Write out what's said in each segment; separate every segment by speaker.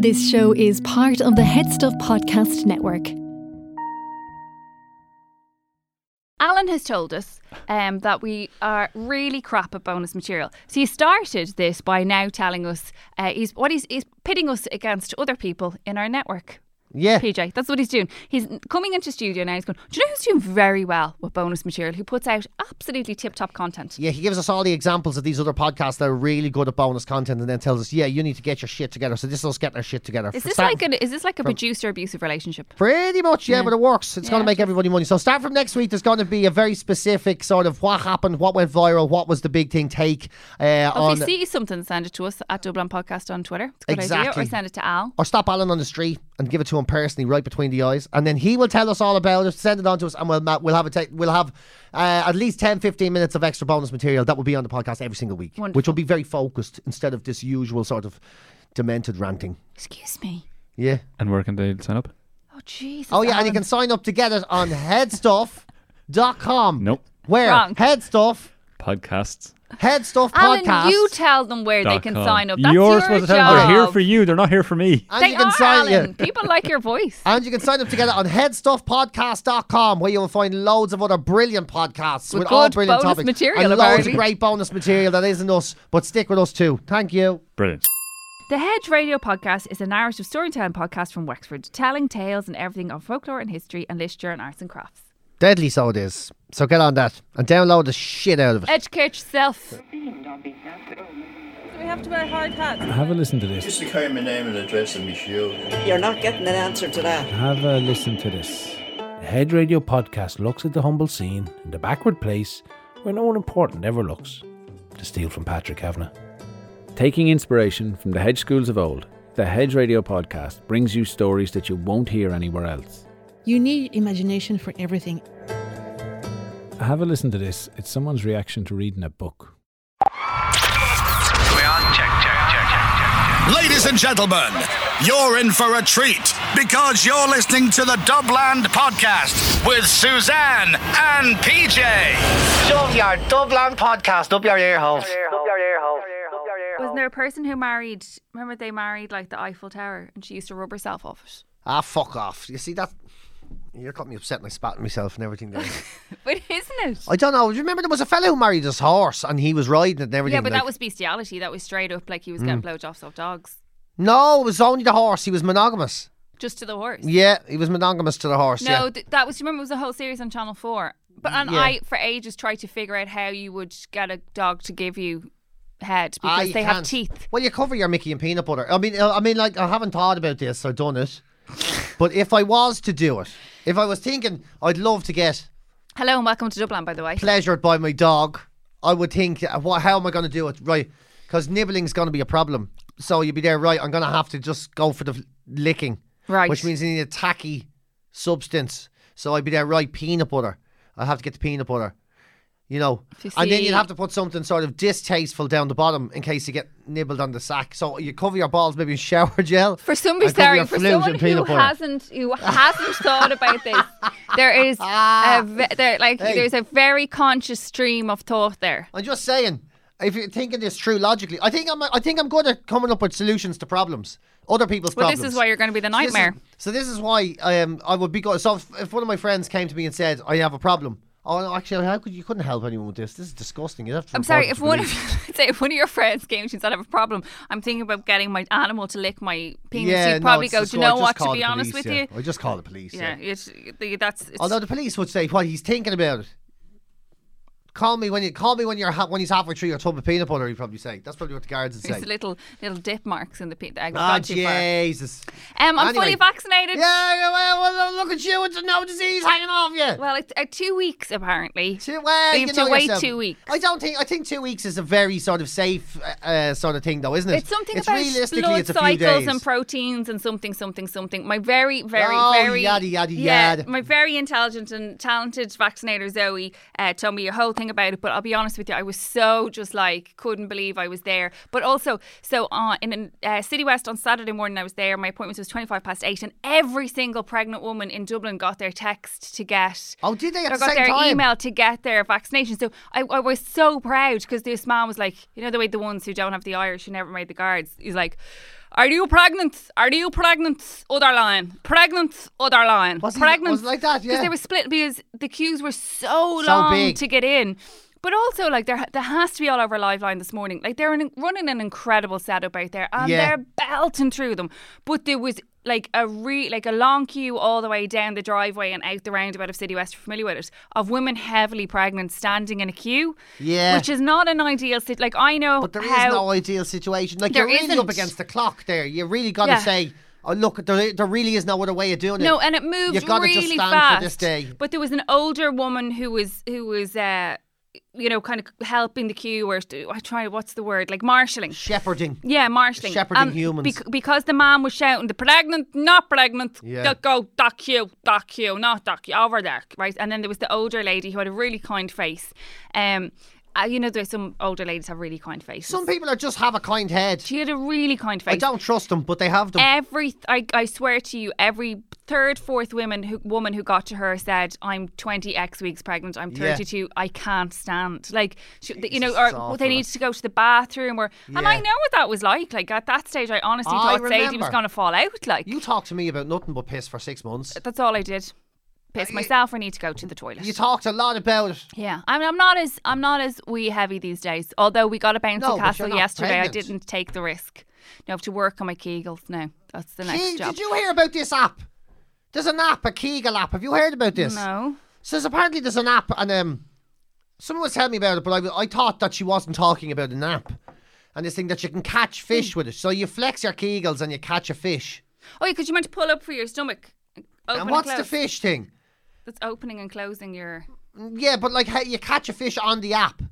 Speaker 1: This show is part of the Head Stuff Podcast Network.
Speaker 2: Alan has told us um, that we are really crap at bonus material. So he started this by now telling us uh, he's what he's, he's pitting us against other people in our network.
Speaker 3: Yeah.
Speaker 2: PJ, that's what he's doing. He's coming into studio now. He's going. Do you know who's doing very well with bonus material? Who puts out absolutely tip-top content?
Speaker 3: Yeah, he gives us all the examples of these other podcasts that are really good at bonus content and then tells us, yeah, you need to get your shit together. So this is us getting our shit together.
Speaker 2: Is
Speaker 3: For
Speaker 2: this
Speaker 3: starting-
Speaker 2: like an, is this like a producer abusive relationship?
Speaker 3: Pretty much, yeah, but it works. It's going
Speaker 2: Yeah,
Speaker 3: to make everybody money. So, start from next week, there's going to be a very specific sort of what happened, what went viral, what was the big thing take uh,
Speaker 2: Well,
Speaker 3: on.
Speaker 2: if you see something, send it to us at Dublin Podcast on Twitter. It's a good idea.
Speaker 3: Exactly.
Speaker 2: Or send it to Al.
Speaker 3: or stop Alan on the street and give it to him personally, right between the eyes, and then he will tell us all about it. Send it on to us, and we'll ma- we'll have a take we'll have uh, at least 10, 15 minutes of extra bonus material that will be on the podcast every single week, which will be very focused instead of this usual sort of demented ranting.
Speaker 2: Excuse me.
Speaker 3: Yeah.
Speaker 4: And where can they sign up?
Speaker 2: Oh Jesus.
Speaker 3: Oh yeah,
Speaker 2: Alan.
Speaker 3: and you can sign up to get it on headstuff.com.
Speaker 4: Nope.
Speaker 3: Where
Speaker 2: Wrong.
Speaker 3: headstuff
Speaker 4: Podcasts.
Speaker 3: headstuff
Speaker 2: Alan,
Speaker 3: podcast.
Speaker 2: you tell them where they can
Speaker 4: .com.
Speaker 2: sign up. That's
Speaker 4: You're
Speaker 2: your
Speaker 4: supposed to
Speaker 2: job.
Speaker 4: tell them they're here for you. They're not here for me.
Speaker 3: and
Speaker 2: They
Speaker 3: you can
Speaker 2: are,
Speaker 3: sign
Speaker 2: Alan.
Speaker 3: yeah.
Speaker 2: People like your voice.
Speaker 3: And you can sign up to get it on headstuffpodcast.com where you'll find loads of other brilliant podcasts
Speaker 2: With
Speaker 3: with, all
Speaker 2: good
Speaker 3: brilliant
Speaker 2: bonus
Speaker 3: topics.
Speaker 2: material,
Speaker 3: and loads
Speaker 2: apparently.
Speaker 3: of great bonus material that isn't us, but stick with us too. Thank you.
Speaker 4: Brilliant.
Speaker 2: The Hedge Radio Podcast is a narrative storytelling podcast from Wexford, telling tales and everything of folklore and history and literature and arts and crafts.
Speaker 3: Deadly so it is. So get on that and download the shit out of it.
Speaker 2: Educate yourself.
Speaker 5: We have to wear hard hats.
Speaker 6: Have a listen to this.
Speaker 7: Just to carry my name and address on my shield.
Speaker 8: You're not getting an answer to that.
Speaker 6: Have a listen to this. The Head Radio podcast looks at the humble scene in the backward place where no one important ever looks. To steal from Patrick Kavanagh.
Speaker 9: Taking inspiration from the hedge schools of old, the Hedge Radio podcast brings you stories that you won't hear anywhere else.
Speaker 10: You need imagination for everything.
Speaker 6: Have a listen to this. It's someone's reaction to reading a book.
Speaker 7: Ladies and gentlemen, you're in for a treat because you're listening to the Dubland Podcast with Suzanne and PJ.
Speaker 3: Shove your Dublin podcast up your ear holes.
Speaker 2: Wasn't there a person who married? Remember, they married like the Eiffel Tower, and she used to rub herself off it.
Speaker 3: Ah, fuck off. You see that? You're got me upset and I spat on myself and everything. There.
Speaker 2: But isn't it?
Speaker 3: I don't know. Do you remember there was a fellow who married his horse and he was riding it and everything?
Speaker 2: yeah, but
Speaker 3: like- Mm.
Speaker 2: that was bestiality. That was straight up like he was getting blowjobs off dogs,
Speaker 3: No, it was only the horse. He was monogamous.
Speaker 2: just to the horse.
Speaker 3: Yeah, he was monogamous to the horse. yeah.
Speaker 2: No, th- that was. Remember, it was a whole series on Channel Four. But and
Speaker 3: Yeah.
Speaker 2: I, for ages, tried to figure out how you would get a dog to give you head because
Speaker 3: Ah, you
Speaker 2: they have
Speaker 3: can't.
Speaker 2: teeth.
Speaker 3: Well, you cover your Mickey and peanut butter. I mean, uh, I mean, like I haven't thought about this or done it, but if I was to do it, if I was thinking, I'd love to get
Speaker 2: Hello and welcome to Dublin, by the way.
Speaker 3: pleasured by my dog. I would think, uh, what? How am I going to do it? Right, because nibbling's going to be a problem. So you'd be there, right? I'm going to have to just go for the f- licking,
Speaker 2: Right.
Speaker 3: Which means you need a tacky substance. So I'd be there, right? Peanut butter. I'd have to get the peanut butter. You know,
Speaker 2: To
Speaker 3: and then
Speaker 2: see-
Speaker 3: you'd have to put something sort of distasteful down the bottom in case you get nibbled on the sack. So you cover your balls maybe in shower gel.
Speaker 2: For some
Speaker 3: and cover your
Speaker 2: bizarre, for
Speaker 3: flute
Speaker 2: someone
Speaker 3: in
Speaker 2: who
Speaker 3: peanut butter.
Speaker 2: hasn't who hasn't thought about this, there is a ve- there like
Speaker 3: Hey.
Speaker 2: there's a very conscious stream of thought there.
Speaker 3: I'm just saying, if you're thinking this through logically, I think I'm I think I'm good at coming up with solutions to problems, other people's
Speaker 2: Well,
Speaker 3: problems.
Speaker 2: this is why you're going to be the
Speaker 3: So this is-
Speaker 2: nightmare.
Speaker 3: So this, is why um, I would be good. So if, if one of my friends came to me and said, "I have a problem," oh, no, actually, how could you couldn't help anyone with this? This is disgusting. You'd have to
Speaker 2: I'm
Speaker 3: report
Speaker 2: sorry
Speaker 3: it
Speaker 2: if
Speaker 3: to
Speaker 2: one of
Speaker 3: police.
Speaker 2: you, say if one of your friends came to you and said I have a problem. I'm thinking about getting my animal to lick my penis.
Speaker 3: yeah,
Speaker 2: You'd
Speaker 3: no,
Speaker 2: probably
Speaker 3: it's
Speaker 2: go,
Speaker 3: just-
Speaker 2: do you
Speaker 3: I'd
Speaker 2: know
Speaker 3: just
Speaker 2: what? To
Speaker 3: call
Speaker 2: be
Speaker 3: the
Speaker 2: honest
Speaker 3: police,
Speaker 2: with
Speaker 3: yeah.
Speaker 2: you,
Speaker 3: I just call the police.
Speaker 2: yeah,
Speaker 3: Yeah.
Speaker 2: it's, that's it's,
Speaker 3: Although the police would say, "Well, he's thinking about it." Call me when you call me when you're ha- when he's halfway through your tub of peanut butter. He'd probably say that's probably what the guards would
Speaker 2: There's
Speaker 3: say.
Speaker 2: little little dip marks in the pe- I
Speaker 3: Ah,
Speaker 2: got too far.
Speaker 3: Jesus.
Speaker 2: Um, I'm
Speaker 3: Anyway.
Speaker 2: fully vaccinated.
Speaker 3: Yeah, yeah, well, well, look at you. It's no disease hanging off you.
Speaker 2: Well, it's uh, two weeks apparently.
Speaker 3: Two, well,
Speaker 2: You have to
Speaker 3: know
Speaker 2: wait
Speaker 3: yourself.
Speaker 2: two weeks.
Speaker 3: I don't think. I think two weeks is a very sort of safe uh, uh, sort of thing, though, isn't it?
Speaker 2: It's something
Speaker 3: it's
Speaker 2: about
Speaker 3: realistically,
Speaker 2: blood
Speaker 3: it's a few
Speaker 2: cycles
Speaker 3: days.
Speaker 2: and proteins and something, something, something. My very, very,
Speaker 3: Oh,
Speaker 2: very
Speaker 3: yada, yada,
Speaker 2: yeah,
Speaker 3: yada.
Speaker 2: My very intelligent and talented vaccinator Zoe uh, told me your whole thing everything about it, but I'll be honest with you, I was so just like couldn't believe I was there. But also, so uh, in uh, City West on Saturday morning, I was there. My appointment was twenty five past eight, and every single pregnant woman in Dublin got their text to get.
Speaker 3: Oh, did they at
Speaker 2: or
Speaker 3: the
Speaker 2: got
Speaker 3: same
Speaker 2: their
Speaker 3: time?
Speaker 2: email to get their vaccination. So I, I was so proud because this man was like, you know, the way the ones who don't have the Irish who never made the guards. He's like. Are you pregnant? Are you pregnant? Other line. Pregnant? Other line.
Speaker 3: Was he-
Speaker 2: pregnant?
Speaker 3: was it like that?
Speaker 2: Because
Speaker 3: Yeah.
Speaker 2: they were split because the queues were so,
Speaker 3: So
Speaker 2: long
Speaker 3: big.
Speaker 2: to get in. But also, like there, there has to be all over live line this morning. Like they're an, running an incredible setup out there, and
Speaker 3: Yeah.
Speaker 2: they're belting through them. But there was like a re, like a long queue all the way down the driveway and out the roundabout of City West. You're familiar with it? Of women heavily pregnant standing in a queue,
Speaker 3: Yeah.
Speaker 2: which is not an ideal sit. Like I know,
Speaker 3: But there is
Speaker 2: how,
Speaker 3: no ideal situation. Like
Speaker 2: There
Speaker 3: you're really up
Speaker 2: isn't.
Speaker 3: against the clock there. You really got to
Speaker 2: Yeah.
Speaker 3: say, oh, look, there, there really is no other way of doing it.
Speaker 2: No, and it moved
Speaker 3: You've gotta
Speaker 2: really
Speaker 3: just stand
Speaker 2: fast.
Speaker 3: for this day.
Speaker 2: But there was an older woman who was who was uh, you know kind of helping the queue or I try what's the word like marshalling.
Speaker 3: Shepherding.
Speaker 2: Yeah, marshalling. Um,
Speaker 3: Shepherding humans.
Speaker 2: bec- because the man was shouting, the pregnant, not pregnant,
Speaker 3: Yeah.
Speaker 2: go, go, doc you, doc you, not doc you, over there, right? And then there was the older lady who had a really kind face. Um, uh, you know, there's some older ladies have really kind faces.
Speaker 3: Some people are just have a kind head.
Speaker 2: she had a really kind face
Speaker 3: I don't trust them, but they have them.
Speaker 2: every I, I swear to you every third fourth woman who, woman who got to her said i'm 20 x weeks pregnant i'm
Speaker 3: Yeah.
Speaker 2: 32 i can't stand like she, you know
Speaker 3: Jesus,
Speaker 2: or
Speaker 3: it's awful,
Speaker 2: they
Speaker 3: like-
Speaker 2: need to go to the bathroom or and i
Speaker 3: Yeah.
Speaker 2: know what that was like like at that stage i honestly
Speaker 3: I
Speaker 2: thought sadie was
Speaker 3: remember.
Speaker 2: going to fall out like
Speaker 3: you talk to me about nothing but piss for six months.
Speaker 2: that's all i did piss myself or need to go to the toilet
Speaker 3: You talked a lot about it.
Speaker 2: yeah, I'm, I'm not as I'm not as wee heavy these days. Although we got a bounce
Speaker 3: No,
Speaker 2: to
Speaker 3: but
Speaker 2: Castle
Speaker 3: you're not
Speaker 2: yesterday,
Speaker 3: pregnant.
Speaker 2: I didn't take the risk. Now I have to work on my Kegels. Now that's the next
Speaker 3: Ke-
Speaker 2: job.
Speaker 3: did you hear about this app? There's an app, a Kegel app. Have you heard about this?
Speaker 2: No.
Speaker 3: So there's- apparently there's an app, and um, someone was telling me about it, but I, I thought that she wasn't talking about an app. And this thing that you can catch fish
Speaker 2: Hmm.
Speaker 3: with it. So you flex your Kegels and you catch a fish.
Speaker 2: Oh, yeah, because you meant to pull up for your stomach. Open
Speaker 3: and what's the
Speaker 2: close.
Speaker 3: fish thing?
Speaker 2: That's opening and closing your.
Speaker 3: Yeah, but like how you catch a fish on the app.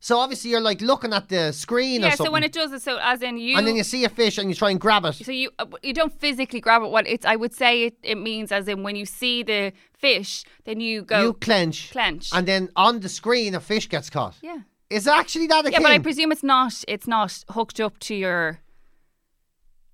Speaker 3: So obviously you're like looking at the screen or
Speaker 2: Yeah,
Speaker 3: something.
Speaker 2: so when it does it, so as in you.
Speaker 3: and then you see a fish and you try and grab it.
Speaker 2: so you uh, you don't physically grab it. What it's I would say it, it means as in when you see the fish, then you go.
Speaker 3: you clench.
Speaker 2: clench.
Speaker 3: And then on the screen a fish gets caught.
Speaker 2: yeah.
Speaker 3: Is actually that a
Speaker 2: Yeah, but I
Speaker 3: thing?
Speaker 2: presume it's not. It's not hooked up to your.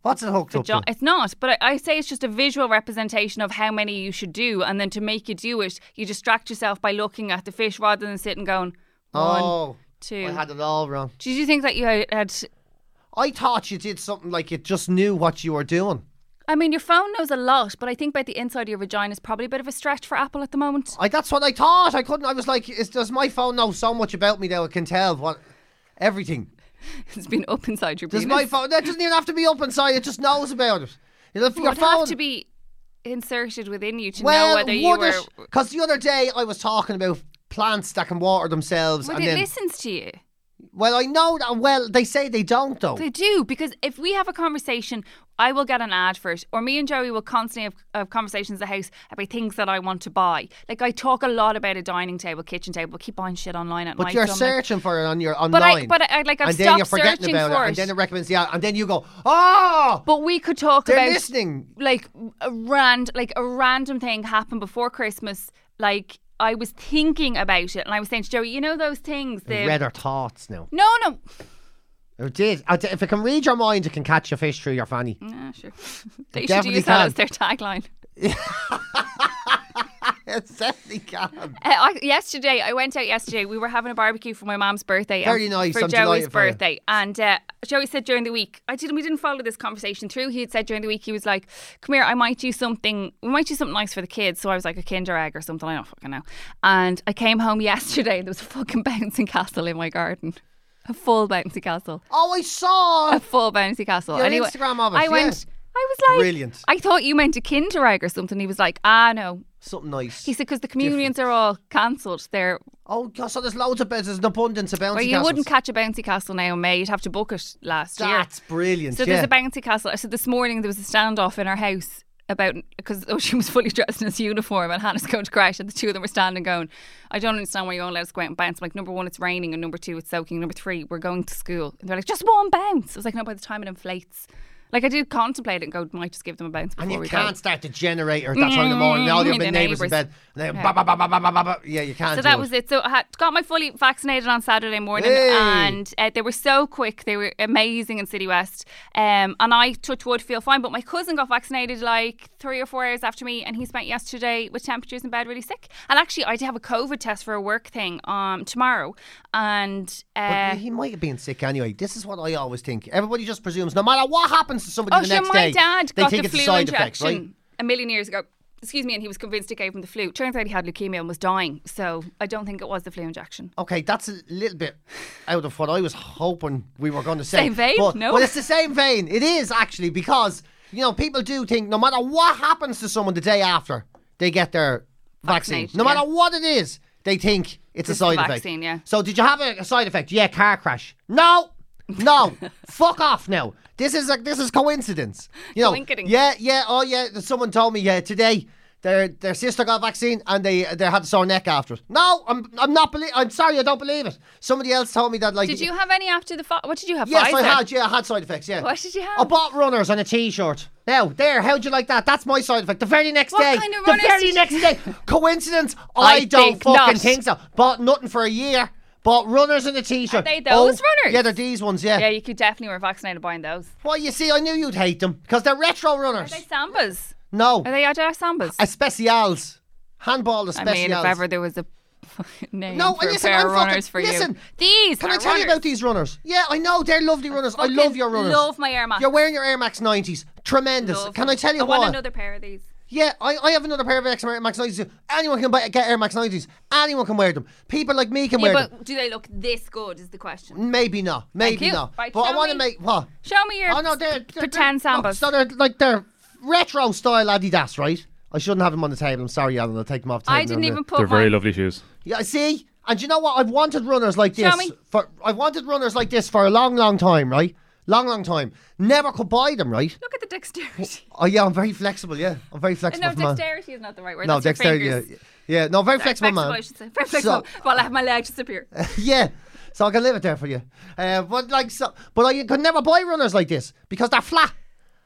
Speaker 3: What's it hooked up
Speaker 2: vagi-
Speaker 3: to?
Speaker 2: It's not. But I, I say it's just a visual representation of how many you should do, and then to make you do it, you distract yourself by looking at the fish rather than sitting going. one,
Speaker 3: Oh,
Speaker 2: two.
Speaker 3: I had it all wrong.
Speaker 2: Did you think that you had- had
Speaker 3: I thought you did something like you just knew what you were doing.
Speaker 2: I mean, your phone knows a lot, but I think about the inside of your vagina is probably a bit of a stretch for Apple at the moment.
Speaker 3: I that's what I thought. I couldn't. I was like, is, does my phone know so much about me now? It can tell what everything.
Speaker 2: It's been up inside your
Speaker 3: Does
Speaker 2: penis.
Speaker 3: my phone? That doesn't even have to be up inside. It just knows about it. You know, if
Speaker 2: It
Speaker 3: your
Speaker 2: would
Speaker 3: phone
Speaker 2: have to be inserted within you to know
Speaker 3: well,
Speaker 2: whether you were.
Speaker 3: Because the other day I was talking about plants that can water themselves,
Speaker 2: But
Speaker 3: and
Speaker 2: it
Speaker 3: then
Speaker 2: listens to you.
Speaker 3: well, I know that. Well, they say they don't though.
Speaker 2: They do because if we have a conversation, I will get an ad for it, or me and Joey will constantly have, have conversations at the house about things that I want to buy. Like I talk a lot about a dining table, kitchen table, keep buying shit online at
Speaker 3: but
Speaker 2: night.
Speaker 3: you're
Speaker 2: so I'm like,
Speaker 3: searching for it on your online.
Speaker 2: But I- but I- like, I've
Speaker 3: and then you're
Speaker 2: stopped
Speaker 3: forgetting
Speaker 2: searching
Speaker 3: about it,
Speaker 2: for it.
Speaker 3: and then it recommends the ad, and then you go, oh,
Speaker 2: But we could talk
Speaker 3: they're
Speaker 2: about
Speaker 3: listening.
Speaker 2: like a rand like a random thing happened before Christmas. Like I was thinking about it, and I was saying to Joey, you know those things. The
Speaker 3: read our thoughts now.
Speaker 2: no, no,
Speaker 3: It did. I d- If it can read your mind, it can catch a fish through your fanny.
Speaker 2: nah, sure. they should
Speaker 3: definitely
Speaker 2: use that
Speaker 3: can.
Speaker 2: as their tagline.
Speaker 3: It certainly can.
Speaker 2: Uh, I, yesterday, I went out yesterday. We were having a barbecue for my mom's birthday. and
Speaker 3: Very nice,
Speaker 2: For
Speaker 3: I'm
Speaker 2: Joey's
Speaker 3: delighted for you.
Speaker 2: birthday. And uh, Joey said during the week, I didn't. we didn't follow this conversation through. He had said during the week, he was like, come here, I might do something, we might do something nice for the kids. So I was like a kinder egg or something. I don't fucking know. And I came home yesterday and there was a fucking bouncing castle in my garden. A full bouncy castle.
Speaker 3: Oh, I saw.
Speaker 2: A full bouncy castle.
Speaker 3: Your
Speaker 2: Anyway,
Speaker 3: Instagram of it,
Speaker 2: I
Speaker 3: yes.
Speaker 2: went, I was like,
Speaker 3: Brilliant.
Speaker 2: I thought you meant a kinder egg or something. He was like, ah, no.
Speaker 3: Something nice.
Speaker 2: He said, because the communions are all cancelled. They're
Speaker 3: oh, God, so there's loads of bits. There's an abundance of bouncy
Speaker 2: well, you
Speaker 3: castles.
Speaker 2: wouldn't catch a bouncy castle now in May. You'd have to book it last year.
Speaker 3: That's brilliant.
Speaker 2: So
Speaker 3: yeah.
Speaker 2: there's a bouncy castle. So this morning there was a standoff in our house about because oh, she was fully dressed in his uniform and Hannah's going to crash, and the two of them were standing going, "I don't understand why you won't let us go out and bounce." I'm like, number one, it's raining, and number two, it's soaking. Number three, we're going to school, and they're like, "Just one bounce." I was like, "No, by the time it inflates." Like I do contemplate it and go, might just give them a bounce before
Speaker 3: And you
Speaker 2: we
Speaker 3: can't
Speaker 2: go.
Speaker 3: start the generator at that time in the morning. All your
Speaker 2: Mm, the
Speaker 3: neighbours in
Speaker 2: neighbours.
Speaker 3: bed. And then
Speaker 2: Yeah.
Speaker 3: ba, ba, ba, ba, ba, ba, ba, ba. Yeah, you can't.
Speaker 2: So
Speaker 3: do
Speaker 2: that was it. So I had, got my fully vaccinated on Saturday morning,
Speaker 3: Hey.
Speaker 2: and uh, they were so quick. They were amazing in City West, um, and I touch wood feel fine. But my cousin got vaccinated like three or four hours after me, and he spent yesterday with temperatures in bed, really sick. And actually, I did have a COVID test for a work thing um, tomorrow, and uh,
Speaker 3: But he might have been sick anyway. This is what I always think. Everybody just presumes, no matter what happens to somebody
Speaker 2: oh,
Speaker 3: the
Speaker 2: sure,
Speaker 3: next
Speaker 2: my
Speaker 3: day,
Speaker 2: dad
Speaker 3: they
Speaker 2: got
Speaker 3: think
Speaker 2: the
Speaker 3: it's a
Speaker 2: flu
Speaker 3: side effect,
Speaker 2: injection
Speaker 3: right?
Speaker 2: a million years ago. Excuse me, and he was convinced it gave him the flu. Turns out he had leukemia and was dying. So I don't think it was the flu injection.
Speaker 3: Okay, that's a little bit out of what I was hoping we were going to say.
Speaker 2: Same vein?
Speaker 3: But,
Speaker 2: No.
Speaker 3: Well, it's the same vein. It is actually because you know people do think no matter what happens to someone the day after they get their vaccine,
Speaker 2: Vaccination,
Speaker 3: no matter
Speaker 2: yeah.
Speaker 3: what it is, they think it's a
Speaker 2: Just
Speaker 3: side
Speaker 2: the
Speaker 3: effect.
Speaker 2: vaccine, yeah.
Speaker 3: So did you have a, a side effect? Yeah, car crash. No, no, fuck off now. This is like this is coincidence. You know.
Speaker 2: Coincidence.
Speaker 3: Yeah, yeah. Oh yeah. Someone told me yeah today. Their, their sister got vaccine and they they had a sore neck after it. No, I'm I'm not belie- I'm sorry, I don't believe it. Somebody else told me that like
Speaker 2: Did you have any after the? Fi- what did you have?
Speaker 3: Yes, I
Speaker 2: Pfizer?
Speaker 3: had. Yeah, I had side effects. Yeah.
Speaker 2: What did you have?
Speaker 3: I bought runners and a T-shirt. Now, there. How'd you like that? That's my side effect. The very next
Speaker 2: What
Speaker 3: day.
Speaker 2: kind of
Speaker 3: the
Speaker 2: runners
Speaker 3: very
Speaker 2: did you-
Speaker 3: next day. Coincidence? I,
Speaker 2: I
Speaker 3: don't
Speaker 2: think
Speaker 3: fucking
Speaker 2: not.
Speaker 3: think so. Bought nothing for a year. Bought runners and a T-shirt. Oh,
Speaker 2: Are they those runners?
Speaker 3: Yeah, they're these ones. Yeah.
Speaker 2: Yeah, you could definitely were vaccinated buying those.
Speaker 3: Well, you see, I knew you'd hate them because they're retro
Speaker 2: Are
Speaker 3: runners.
Speaker 2: they sambas?
Speaker 3: No,
Speaker 2: Are they are they sambas?
Speaker 3: especiales. Handball
Speaker 2: I
Speaker 3: especials.
Speaker 2: mean, if ever there was a fucking name
Speaker 3: No,
Speaker 2: for a
Speaker 3: listen,
Speaker 2: pair
Speaker 3: I'm
Speaker 2: of runners
Speaker 3: fucking-
Speaker 2: for
Speaker 3: listen,
Speaker 2: you, these
Speaker 3: Can
Speaker 2: are
Speaker 3: I tell you
Speaker 2: runners.
Speaker 3: about these runners? Yeah, I know they're lovely runners. I,
Speaker 2: Fucking
Speaker 3: love your runners.
Speaker 2: Love my Air Max.
Speaker 3: You're wearing your Air Max 90s. Tremendous.
Speaker 2: Love
Speaker 3: Can
Speaker 2: them.
Speaker 3: I tell you
Speaker 2: I
Speaker 3: what?
Speaker 2: want another pair of these.
Speaker 3: Yeah, I, I have another pair of Air Max 90s. Anyone can buy, get Air Max 90s. Anyone can wear them. People like me can
Speaker 2: Yeah,
Speaker 3: wear them.
Speaker 2: but do they look this good? Is the question.
Speaker 3: Maybe not. Maybe
Speaker 2: you.
Speaker 3: not.
Speaker 2: Right,
Speaker 3: but I
Speaker 2: show
Speaker 3: want to
Speaker 2: me.
Speaker 3: make what?
Speaker 2: Show me your
Speaker 3: Oh no, they're,
Speaker 2: p-
Speaker 3: they're
Speaker 2: pretend
Speaker 3: they're- no,
Speaker 2: sambas.
Speaker 3: so they're like they're retro style Adidas, right? I shouldn't have them on the table. I'm sorry, Alan. I'll take them off. The table
Speaker 2: I didn't
Speaker 3: now.
Speaker 2: even put.
Speaker 4: They're very
Speaker 2: mine.
Speaker 4: lovely shoes.
Speaker 3: Yeah, I see. And you know what? I've wanted runners like
Speaker 2: Show
Speaker 3: this
Speaker 2: me.
Speaker 3: for. I've wanted runners like this for a long, long time, right? Long, long time. Never could buy them, right?
Speaker 2: Look at the dexterity.
Speaker 3: Oh yeah, I'm very flexible. Yeah, I'm very flexible.
Speaker 2: no,
Speaker 3: for man.
Speaker 2: dexterity is not the right word.
Speaker 3: No,
Speaker 2: That's your
Speaker 3: dexterity. Yeah,
Speaker 2: fingers.
Speaker 3: yeah, no, very flexible,
Speaker 2: Flexible,
Speaker 3: man.
Speaker 2: I should say. Very flexible. well, I have my leg disappear.
Speaker 3: yeah. So I can leave it there for you. Uh, but like, so, but I could never buy runners like this because they're flat.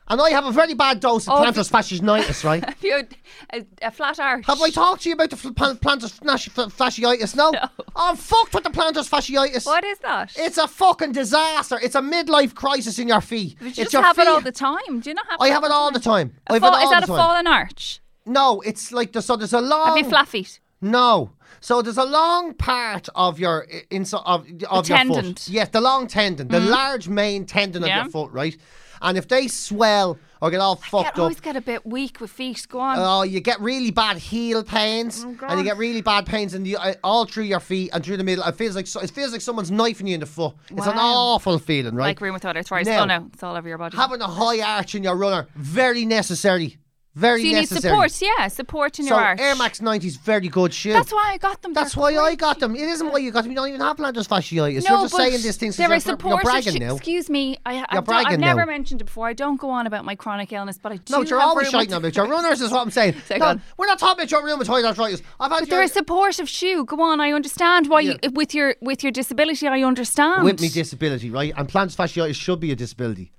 Speaker 3: And I have a very bad dose of
Speaker 2: Oh,
Speaker 3: plantar fasciitis, right?
Speaker 2: If you had a, a flat arch.
Speaker 3: Have I talked to you about the fl- pl- plantar fasci- f- fasciitis? No. I'm fucked with the plantar fasciitis.
Speaker 2: What is that?
Speaker 3: It's a fucking disaster. It's a midlife crisis in your feet.
Speaker 2: But
Speaker 3: it's
Speaker 2: you just
Speaker 3: your
Speaker 2: have
Speaker 3: feet.
Speaker 2: it all the time. Do you not have?
Speaker 3: I have it all the time.
Speaker 2: A
Speaker 3: I've
Speaker 2: fall-
Speaker 3: it all
Speaker 2: is that
Speaker 3: the
Speaker 2: a
Speaker 3: time. Oh.
Speaker 2: fallen arch?
Speaker 3: No, it's like the, so. There's a long.
Speaker 2: Have you flat feet?
Speaker 3: No. So there's a long part of your i- inside of, of your
Speaker 2: tendon. Mm-hmm.
Speaker 3: foot. Yes, the long tendon, the large main tendon
Speaker 2: Yeah.
Speaker 3: of your foot, right? And if they swell or get all
Speaker 2: I
Speaker 3: fucked up,
Speaker 2: always get a bit weak with feet. Go on.
Speaker 3: oh, you get really bad heel pains,
Speaker 2: Oh,
Speaker 3: and you get really bad pains in the uh, all through your feet and through the middle. It feels like so, it feels like someone's knifing you in the foot. It's an
Speaker 2: Wow.
Speaker 3: awful feeling, right?
Speaker 2: like room without arthritis.
Speaker 3: Now-
Speaker 2: oh no, it's all over your body.
Speaker 3: Having a high arch in your runner, very necessary, very
Speaker 2: so you need
Speaker 3: necessary.
Speaker 2: support. Yeah, support in
Speaker 3: so
Speaker 2: your arch.
Speaker 3: Air Max 90 is very good shoe.
Speaker 2: That's why I got them.
Speaker 3: That's
Speaker 2: They're
Speaker 3: why I
Speaker 2: great.
Speaker 3: got them. It isn't why you got them. You don't even have plantar fasciitis.
Speaker 2: No,
Speaker 3: you're just
Speaker 2: but
Speaker 3: saying these things. 'cause
Speaker 2: They're
Speaker 3: You're,
Speaker 2: a
Speaker 3: bra-
Speaker 2: supportive
Speaker 3: you're bragging
Speaker 2: sh-
Speaker 3: now.
Speaker 2: Excuse me, I, I
Speaker 3: You're
Speaker 2: don't- I've
Speaker 3: bragging
Speaker 2: never
Speaker 3: now.
Speaker 2: mentioned it before. I don't go on about my chronic illness, but I do.
Speaker 3: No, but you're
Speaker 2: have
Speaker 3: always
Speaker 2: rheumatoid-
Speaker 3: shouting about your runners. Is what I'm saying.
Speaker 2: Second
Speaker 3: No,
Speaker 2: one.
Speaker 3: we're not talking about your rheumatoid arthritis. I've had
Speaker 2: But they're
Speaker 3: your,
Speaker 2: a supportive shoe. Go on, I understand why
Speaker 3: Yeah.
Speaker 2: you with your with your disability. I understand.
Speaker 3: with me disability, right? And plantar fasciitis should be a disability,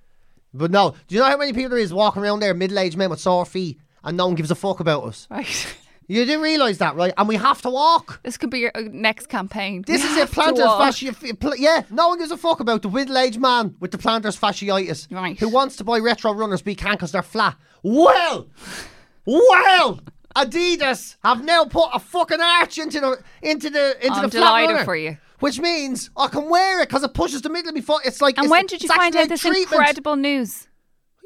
Speaker 3: but no. Do you know how many people there is walking around there, middle-aged men with sore feet, and no one gives a fuck about us?
Speaker 2: Right.
Speaker 3: You do realise that, right? And we have to walk.
Speaker 2: This could be your uh, next campaign.
Speaker 3: This
Speaker 2: We
Speaker 3: is it,
Speaker 2: have to
Speaker 3: plantar
Speaker 2: walk.
Speaker 3: fasciitis. Pl- yeah, no one gives a fuck about the middle-aged man with the plantar fasciitis
Speaker 2: Right.
Speaker 3: who wants to buy retro runners, but he can't because they're flat. Well, well, Adidas have now put a fucking arch into the into the into
Speaker 2: I'm
Speaker 3: the flat
Speaker 2: delighted
Speaker 3: runner,
Speaker 2: for you.
Speaker 3: which means I can wear it because it pushes the middle of my foot. It's like
Speaker 2: And
Speaker 3: it's-
Speaker 2: when did you
Speaker 3: it's
Speaker 2: find
Speaker 3: actually
Speaker 2: out this
Speaker 3: like treatment.
Speaker 2: incredible news?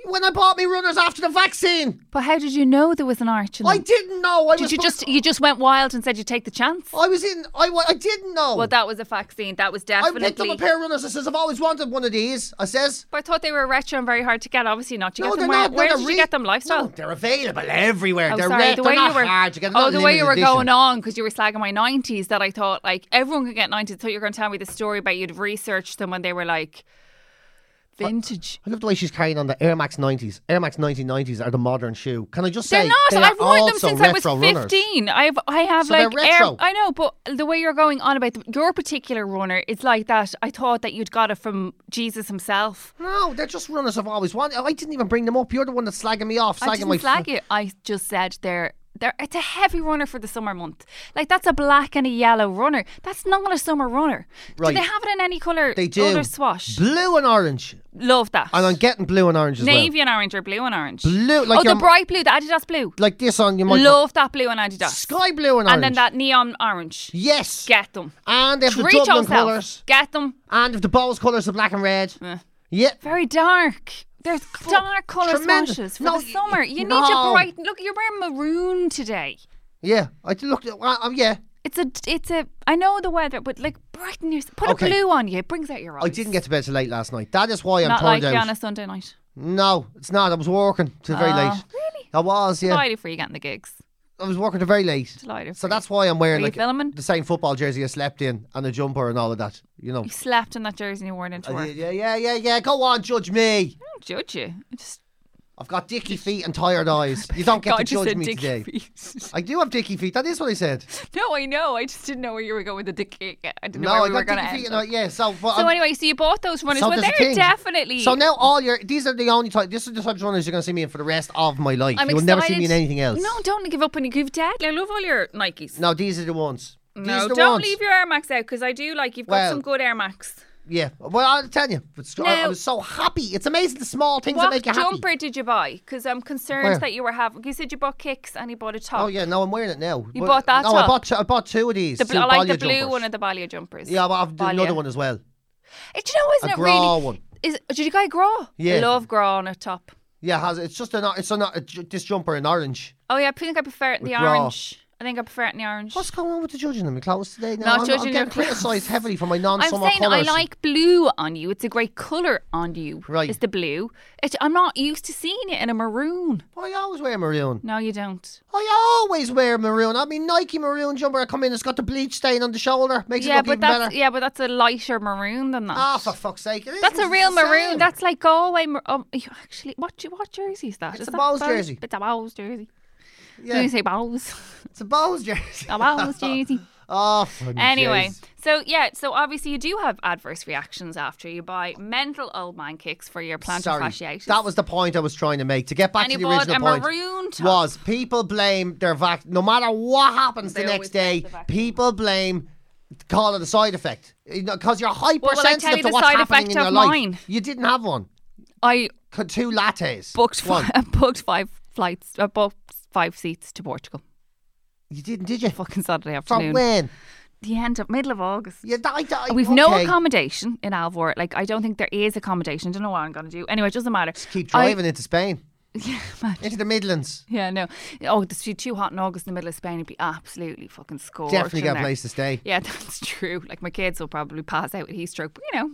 Speaker 3: When I bought me runners after the vaccine,
Speaker 2: But how did you know there was an arch in
Speaker 3: I
Speaker 2: them?
Speaker 3: didn't know. I
Speaker 2: Mm. Did
Speaker 3: was
Speaker 2: you
Speaker 3: fu-
Speaker 2: just you just went wild and said you take the chance?
Speaker 3: I was in. I wa- I didn't know.
Speaker 2: Well, that was a vaccine. That was
Speaker 3: I
Speaker 2: definitely.
Speaker 3: picked up a pair of runners. I says I've always wanted one of these. I says.
Speaker 2: But I thought they were retro and very hard to get. Obviously not. Did you
Speaker 3: no,
Speaker 2: get
Speaker 3: they're
Speaker 2: them where
Speaker 3: not. No,
Speaker 2: where
Speaker 3: they're
Speaker 2: did
Speaker 3: re-
Speaker 2: you get them? Lifestyle.
Speaker 3: No, they're available everywhere.
Speaker 2: Oh,
Speaker 3: they're
Speaker 2: sorry.
Speaker 3: re-
Speaker 2: the
Speaker 3: they're
Speaker 2: way
Speaker 3: not
Speaker 2: you were,
Speaker 3: hard to get.
Speaker 2: oh, the way you were going
Speaker 3: on.
Speaker 2: on because you were slagging my nineties. That I thought like everyone could get nineties. I thought you were going to tell me the story about you'd researched them when they were like Vintage.
Speaker 3: I love the way she's carrying on the Air Max 90s. Air Max 1990s are the modern shoe. Can I just
Speaker 2: They're
Speaker 3: say
Speaker 2: not.
Speaker 3: they
Speaker 2: I've
Speaker 3: are
Speaker 2: worn them
Speaker 3: also
Speaker 2: since I was
Speaker 3: retro runners.
Speaker 2: fifteen. I've I have
Speaker 3: So they're
Speaker 2: like air-
Speaker 3: retro.
Speaker 2: I know, but the way you're going on about them, your particular runner is like that. I thought that you'd got it from Jesus himself.
Speaker 3: No, they're just runners I've always wanted. I didn't even bring them up. You're the one that's slagging me off. Slagging
Speaker 2: I didn't
Speaker 3: my
Speaker 2: flag you. I just said they're. They're, it's a heavy runner for the summer month. Like that's a black and a yellow runner. That's not a summer runner.
Speaker 3: Right.
Speaker 2: Do they have it in any colour?
Speaker 3: They do.
Speaker 2: Other swash.
Speaker 3: Blue and orange.
Speaker 2: Love that.
Speaker 3: And I'm getting blue and orange as
Speaker 2: navy
Speaker 3: well.
Speaker 2: and orange or blue and orange.
Speaker 3: Blue, like
Speaker 2: oh, the
Speaker 3: your-
Speaker 2: bright blue, the Adidas blue.
Speaker 3: Like this on your might
Speaker 2: Love that blue and Adidas.
Speaker 3: Sky blue and orange.
Speaker 2: and then that neon orange.
Speaker 3: Yes.
Speaker 2: Get them.
Speaker 3: And they have the
Speaker 2: Treat
Speaker 3: Dublin
Speaker 2: yourself.
Speaker 3: colours.
Speaker 2: Get them.
Speaker 3: And if the ball's colours are black and red.
Speaker 2: Eh.
Speaker 3: Yeah.
Speaker 2: Very dark. There's dark colour
Speaker 3: tremendous.
Speaker 2: swatches for
Speaker 3: No,
Speaker 2: the summer. You need
Speaker 3: no.
Speaker 2: your bright. Look, you're wearing maroon today.
Speaker 3: Yeah. I did look. Well, um, yeah.
Speaker 2: It's a. It's a. I know the weather, but like brighten your. Put
Speaker 3: Okay.
Speaker 2: a blue on you. It brings out your eyes.
Speaker 3: I didn't get to bed till late last night. That is why I'm
Speaker 2: Not like
Speaker 3: turned
Speaker 2: you
Speaker 3: out.
Speaker 2: on a Sunday night.
Speaker 3: No, it's not. I was working till very
Speaker 2: Ah,
Speaker 3: late. Really? I was, yeah.
Speaker 2: Delighted for you getting the gigs.
Speaker 3: I was working till very late.
Speaker 2: Delighted.
Speaker 3: So
Speaker 2: for
Speaker 3: that's why I'm wearing
Speaker 2: Are you
Speaker 3: like
Speaker 2: filming?
Speaker 3: the same football jersey I slept in and a jumper and all of that. You know.
Speaker 2: you. You slept in that jersey and you wore it into
Speaker 3: Uh,
Speaker 2: work. I
Speaker 3: yeah, yeah, yeah, yeah. Go on, judge me.
Speaker 2: don't judge you. I just
Speaker 3: I've got dicky feet and tired eyes. You don't get
Speaker 2: God,
Speaker 3: to
Speaker 2: you
Speaker 3: judge
Speaker 2: said
Speaker 3: me
Speaker 2: dicky
Speaker 3: today.
Speaker 2: feet.
Speaker 3: I do have dicky feet. That is what I said.
Speaker 2: no, I know. I just didn't know where you were going with the dicky. I didn't
Speaker 3: No,
Speaker 2: know where
Speaker 3: I
Speaker 2: we were
Speaker 3: got
Speaker 2: going to
Speaker 3: dicky feet.
Speaker 2: end.
Speaker 3: And
Speaker 2: up.
Speaker 3: I, yeah, so but
Speaker 2: So
Speaker 3: I'm-
Speaker 2: anyway, so you bought those runners.
Speaker 3: so
Speaker 2: well,
Speaker 3: there's a
Speaker 2: they're
Speaker 3: thing.
Speaker 2: definitely.
Speaker 3: So now all your these are the only type. This is the type of runners you're going to see me in for the rest of my life.
Speaker 2: I'm
Speaker 3: you will never see me in
Speaker 2: excited.
Speaker 3: anything else.
Speaker 2: No, don't give up on you. Give deadly. I love all your Nikes.
Speaker 3: No, these are the ones. These
Speaker 2: No,
Speaker 3: are the
Speaker 2: don't
Speaker 3: ones.
Speaker 2: leave your Air Max out because I do like you've got
Speaker 3: Well-
Speaker 2: some good Air Max.
Speaker 3: Yeah. Well, I'll tell you. It's, I, I
Speaker 2: Now-
Speaker 3: was so happy. It's amazing the small things that
Speaker 2: What
Speaker 3: make you happy.
Speaker 2: jumper did you buy? Because I'm concerned
Speaker 3: Where?
Speaker 2: that you were having. You said you bought kicks and you bought a top.
Speaker 3: Oh yeah, no, I'm wearing it now.
Speaker 2: You bought that
Speaker 3: No, I
Speaker 2: top?
Speaker 3: bought two, I bought two of these.
Speaker 2: The
Speaker 3: two
Speaker 2: bl- I like the
Speaker 3: Ballia
Speaker 2: blue
Speaker 3: jumpers.
Speaker 2: one and the Ballia jumpers.
Speaker 3: Yeah, but I've done another
Speaker 2: Ballia.
Speaker 3: one as well.
Speaker 2: Uh, Do you know
Speaker 3: A
Speaker 2: isn't it
Speaker 3: grey
Speaker 2: really?
Speaker 3: one.
Speaker 2: Is did you guy grow?
Speaker 3: Yeah.
Speaker 2: I love grow on a top.
Speaker 3: Yeah, it has it's just an or- it's an, or- a ju- this jumper in orange.
Speaker 2: Oh yeah, I think I prefer it in
Speaker 3: With
Speaker 2: the
Speaker 3: grey.
Speaker 2: orange. I think I prefer it in the orange.
Speaker 3: What's going on with the judging of my clothes today? Now
Speaker 2: Not
Speaker 3: I'm,
Speaker 2: judging
Speaker 3: I'm
Speaker 2: your
Speaker 3: getting
Speaker 2: clothes.
Speaker 3: criticised heavily for my non-summer
Speaker 2: I'm saying
Speaker 3: colours.
Speaker 2: I like blue on you. It's a great colour on you.
Speaker 3: Right.
Speaker 2: It's the blue. It, I'm not used to seeing it in a maroon.
Speaker 3: I always wear maroon.
Speaker 2: No, you don't.
Speaker 3: I always wear maroon. I mean, Nike maroon jumper. I come in, it's got the bleach stain on the shoulder. Makes it
Speaker 2: yeah,
Speaker 3: look
Speaker 2: but
Speaker 3: even
Speaker 2: that's
Speaker 3: better.
Speaker 2: yeah, but that's a lighter maroon than that.
Speaker 3: Ah, for fuck's sake! It is,
Speaker 2: that's
Speaker 3: it's
Speaker 2: a real
Speaker 3: the same.
Speaker 2: maroon. That's like Galway. Mar- um, you actually, what ju- what jersey is that?
Speaker 3: It's
Speaker 2: Is
Speaker 3: a
Speaker 2: that
Speaker 3: Bows
Speaker 2: Bows?
Speaker 3: jersey.
Speaker 2: It's a Bows jersey. Yeah.
Speaker 3: yeah,
Speaker 2: you say Bows?
Speaker 3: it's a Bose jersey.
Speaker 2: a Bows jersey.
Speaker 3: Oh, for
Speaker 2: Anyway,
Speaker 3: jeez.
Speaker 2: so yeah, so obviously you do have adverse reactions after you buy mental old man kicks for your plantar
Speaker 3: Sorry.
Speaker 2: fasciitis.
Speaker 3: That was the point I was trying to make. To get back
Speaker 2: and
Speaker 3: to
Speaker 2: you
Speaker 3: the
Speaker 2: bought
Speaker 3: original
Speaker 2: a
Speaker 3: point.
Speaker 2: maroon top.
Speaker 3: was people blame their vac no matter what happens
Speaker 2: They
Speaker 3: the next
Speaker 2: always blame
Speaker 3: day
Speaker 2: the vaccine.
Speaker 3: people blame call it a side effect because you're
Speaker 2: well, I
Speaker 3: hypersensitive
Speaker 2: tell you
Speaker 3: to
Speaker 2: the
Speaker 3: what's
Speaker 2: side
Speaker 3: happening in
Speaker 2: effect
Speaker 3: your
Speaker 2: of
Speaker 3: life
Speaker 2: mine.
Speaker 3: you didn't have one
Speaker 2: I
Speaker 3: C- two lattes
Speaker 2: booked
Speaker 3: one
Speaker 2: fi- I booked five flights. I booked five seats to Portugal.
Speaker 3: you didn't did you
Speaker 2: Fucking Saturday
Speaker 3: from
Speaker 2: afternoon.
Speaker 3: when
Speaker 2: The end of middle of August.
Speaker 3: you died
Speaker 2: We've no
Speaker 3: okay.
Speaker 2: accommodation in Alvor. Like I don't think there is accommodation. I don't know what I'm gonna do. Anyway, it doesn't matter.
Speaker 3: keep
Speaker 2: I-
Speaker 3: driving into Spain into the Midlands
Speaker 2: Yeah, no. Oh, it's too- too hot in August in the middle of Spain. It'd be absolutely fucking scorching.
Speaker 3: definitely got a
Speaker 2: there.
Speaker 3: place to stay
Speaker 2: Yeah, that's true. Like my kids will probably pass out with heat stroke, but you know,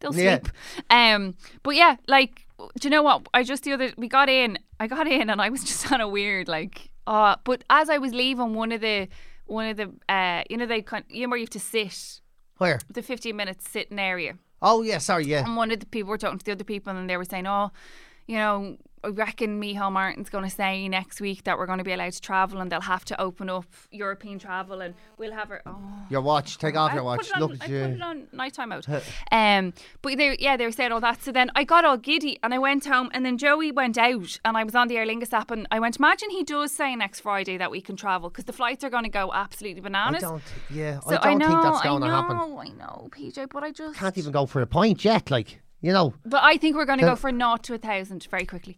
Speaker 2: they'll
Speaker 3: Yeah.
Speaker 2: sleep. Um, but yeah, like do you know what? I just the other we got in, I got in, and I was just on a weird like. Uh, but as I was leaving, one of the one of the uh, you know they kind you know where you have to sit
Speaker 3: where
Speaker 2: the fifteen minute sitting area
Speaker 3: oh yeah sorry yeah
Speaker 2: and one of the people were talking to the other people and they were saying, oh, you know, I reckon Michal Martin's going to say next week that we're going to be allowed to travel and they'll have to open up European travel and we'll have our. Oh.
Speaker 3: your watch take off
Speaker 2: I
Speaker 3: your
Speaker 2: put
Speaker 3: watch
Speaker 2: it on-
Speaker 3: look
Speaker 2: I
Speaker 3: at
Speaker 2: put it
Speaker 3: you
Speaker 2: on nighttime mode. um, but they, yeah, they were saying all that. So then I got all giddy and I went home. And then Joey went out and I was on the Aer Lingus app and I went. Imagine he does say next Friday that we can travel because the flights are going to go absolutely
Speaker 3: I
Speaker 2: bananas.
Speaker 3: don't yeah
Speaker 2: so
Speaker 3: I don't
Speaker 2: know,
Speaker 3: think that's going
Speaker 2: I
Speaker 3: to
Speaker 2: know,
Speaker 3: happen
Speaker 2: I know, PJ. But I just
Speaker 3: can't even go for a pint yet like you know
Speaker 2: But I think we're going to
Speaker 3: Uh,
Speaker 2: go for naught to a thousand very quickly.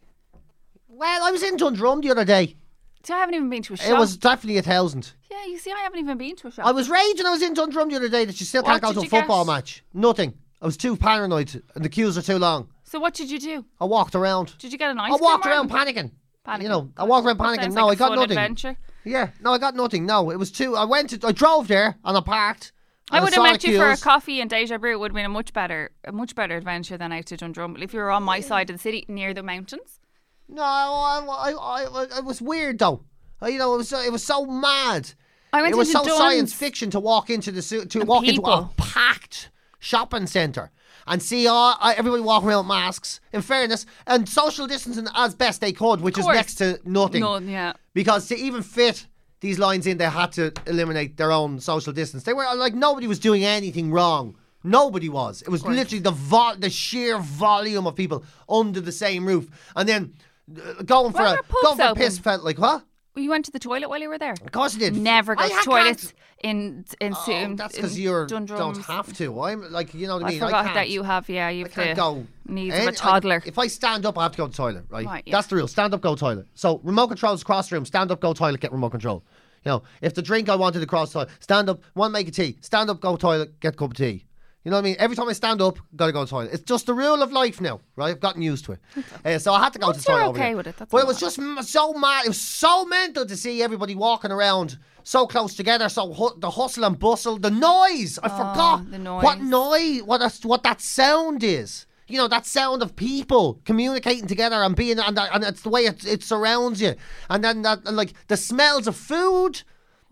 Speaker 3: Well, I was in Dundrum the other day.
Speaker 2: So I haven't even been to a shop.
Speaker 3: It was definitely a thousand.
Speaker 2: yeah, you see, I haven't even been to a shop.
Speaker 3: I was raging. I was in Dundrum the other day that you still can't
Speaker 2: What
Speaker 3: go
Speaker 2: did
Speaker 3: to a
Speaker 2: you
Speaker 3: football
Speaker 2: get?
Speaker 3: match. Nothing. I was too paranoid, and the queues are too long.
Speaker 2: so what did you do?
Speaker 3: I walked around.
Speaker 2: Did you get an ice
Speaker 3: I
Speaker 2: cream?
Speaker 3: walked
Speaker 2: or-
Speaker 3: around panicking.
Speaker 2: Panicking.
Speaker 3: You know, I walked around panicking.
Speaker 2: Sounds
Speaker 3: No, I
Speaker 2: like
Speaker 3: got
Speaker 2: a fun
Speaker 3: nothing.
Speaker 2: Adventure.
Speaker 3: Yeah, no, I got nothing. No, it was too. I went. To, I drove there and I parked.
Speaker 2: I
Speaker 3: and
Speaker 2: would have
Speaker 3: saw the
Speaker 2: met you for a
Speaker 3: queues.
Speaker 2: coffee in Deja Brew. It would have been a much better, a much better adventure than out to Dundrum. If you were on my side of the city, near the mountains.
Speaker 3: No, I, I, I, I, it was weird though. Uh, You know, it was it was so mad.
Speaker 2: I went
Speaker 3: it was
Speaker 2: to
Speaker 3: so
Speaker 2: Dunn's.
Speaker 3: science fiction to walk into the su- to walk into a
Speaker 2: people.
Speaker 3: packed shopping centre and see all I- everybody walking around with masks. In fairness, and social distancing as best they could, which is
Speaker 2: course.
Speaker 3: next to nothing.
Speaker 2: None, yeah.
Speaker 3: Because to even fit these lines in, they had to eliminate their own social distance. They were like nobody was doing anything wrong. Nobody was. It was literally the vol- the sheer volume of people under the same roof, and then uh, going for
Speaker 2: Why
Speaker 3: a
Speaker 2: were pubs
Speaker 3: going for a
Speaker 2: open?
Speaker 3: piss felt like what?
Speaker 2: You went to the toilet while you were there.
Speaker 3: Of course you did.
Speaker 2: Never
Speaker 3: I
Speaker 2: go to
Speaker 3: ha-
Speaker 2: toilets
Speaker 3: can't-
Speaker 2: in in
Speaker 3: Oh,
Speaker 2: soon.
Speaker 3: that's because you don't have to. I'm like you know what I
Speaker 2: I
Speaker 3: mean.
Speaker 2: forgot
Speaker 3: can't.
Speaker 2: that you have. Yeah, you
Speaker 3: I
Speaker 2: have
Speaker 3: can't
Speaker 2: the
Speaker 3: go.
Speaker 2: needs
Speaker 3: And
Speaker 2: of
Speaker 3: I-
Speaker 2: a toddler.
Speaker 3: if I stand up, I have to go to the toilet, right?
Speaker 2: Right, yeah.
Speaker 3: That's the rule. Stand up, go toilet. So remote controls across the room. Stand up, go toilet. Get remote control. You know, if the drink I wanted across the toilet, stand up, one make a tea. Stand up, go toilet. Get a cup of tea. You know what I mean? Every time I stand up, gotta go to the toilet. It's just the rule of life now, right? I've gotten used to it. Uh, so I had to go to the
Speaker 2: Once
Speaker 3: toilet.
Speaker 2: you're
Speaker 3: over
Speaker 2: okay
Speaker 3: here.
Speaker 2: with it, that's
Speaker 3: but
Speaker 2: all
Speaker 3: it was
Speaker 2: that
Speaker 3: just m- so mad. It was so mental to see everybody walking around so close together. So hu- the hustle and bustle, the noise. I forgot
Speaker 2: Oh, the
Speaker 3: what
Speaker 2: noise.
Speaker 3: noise, what that's what that sound is. You know that sound of people communicating together and being, and, that- and it's the way it, it surrounds you, and then that and like the smells of food.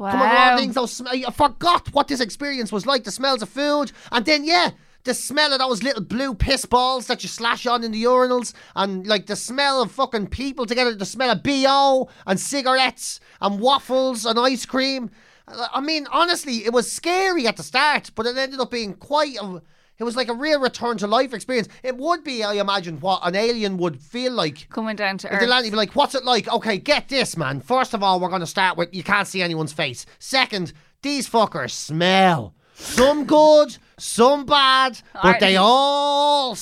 Speaker 3: Come on,
Speaker 2: Wow.
Speaker 3: things. Those sm- I forgot what this experience was like. The smells of food, and then yeah, the smell of those little blue piss balls that you slash on in the urinals, and like the smell of fucking people together. The smell of bo and cigarettes and waffles and ice cream. Uh, I I mean, honestly, it was scary at the start, but it ended up being quite. A, it was like a real return to life experience. It would be, I imagine, what an alien would feel like
Speaker 2: coming down to
Speaker 3: if the
Speaker 2: earth.
Speaker 3: land, you'd be like, what's it like? Okay, get this, man. First of all, we're going to start with you can't see anyone's face. Second, these fuckers smell. Some good, some bad, but
Speaker 2: Alright.
Speaker 3: they all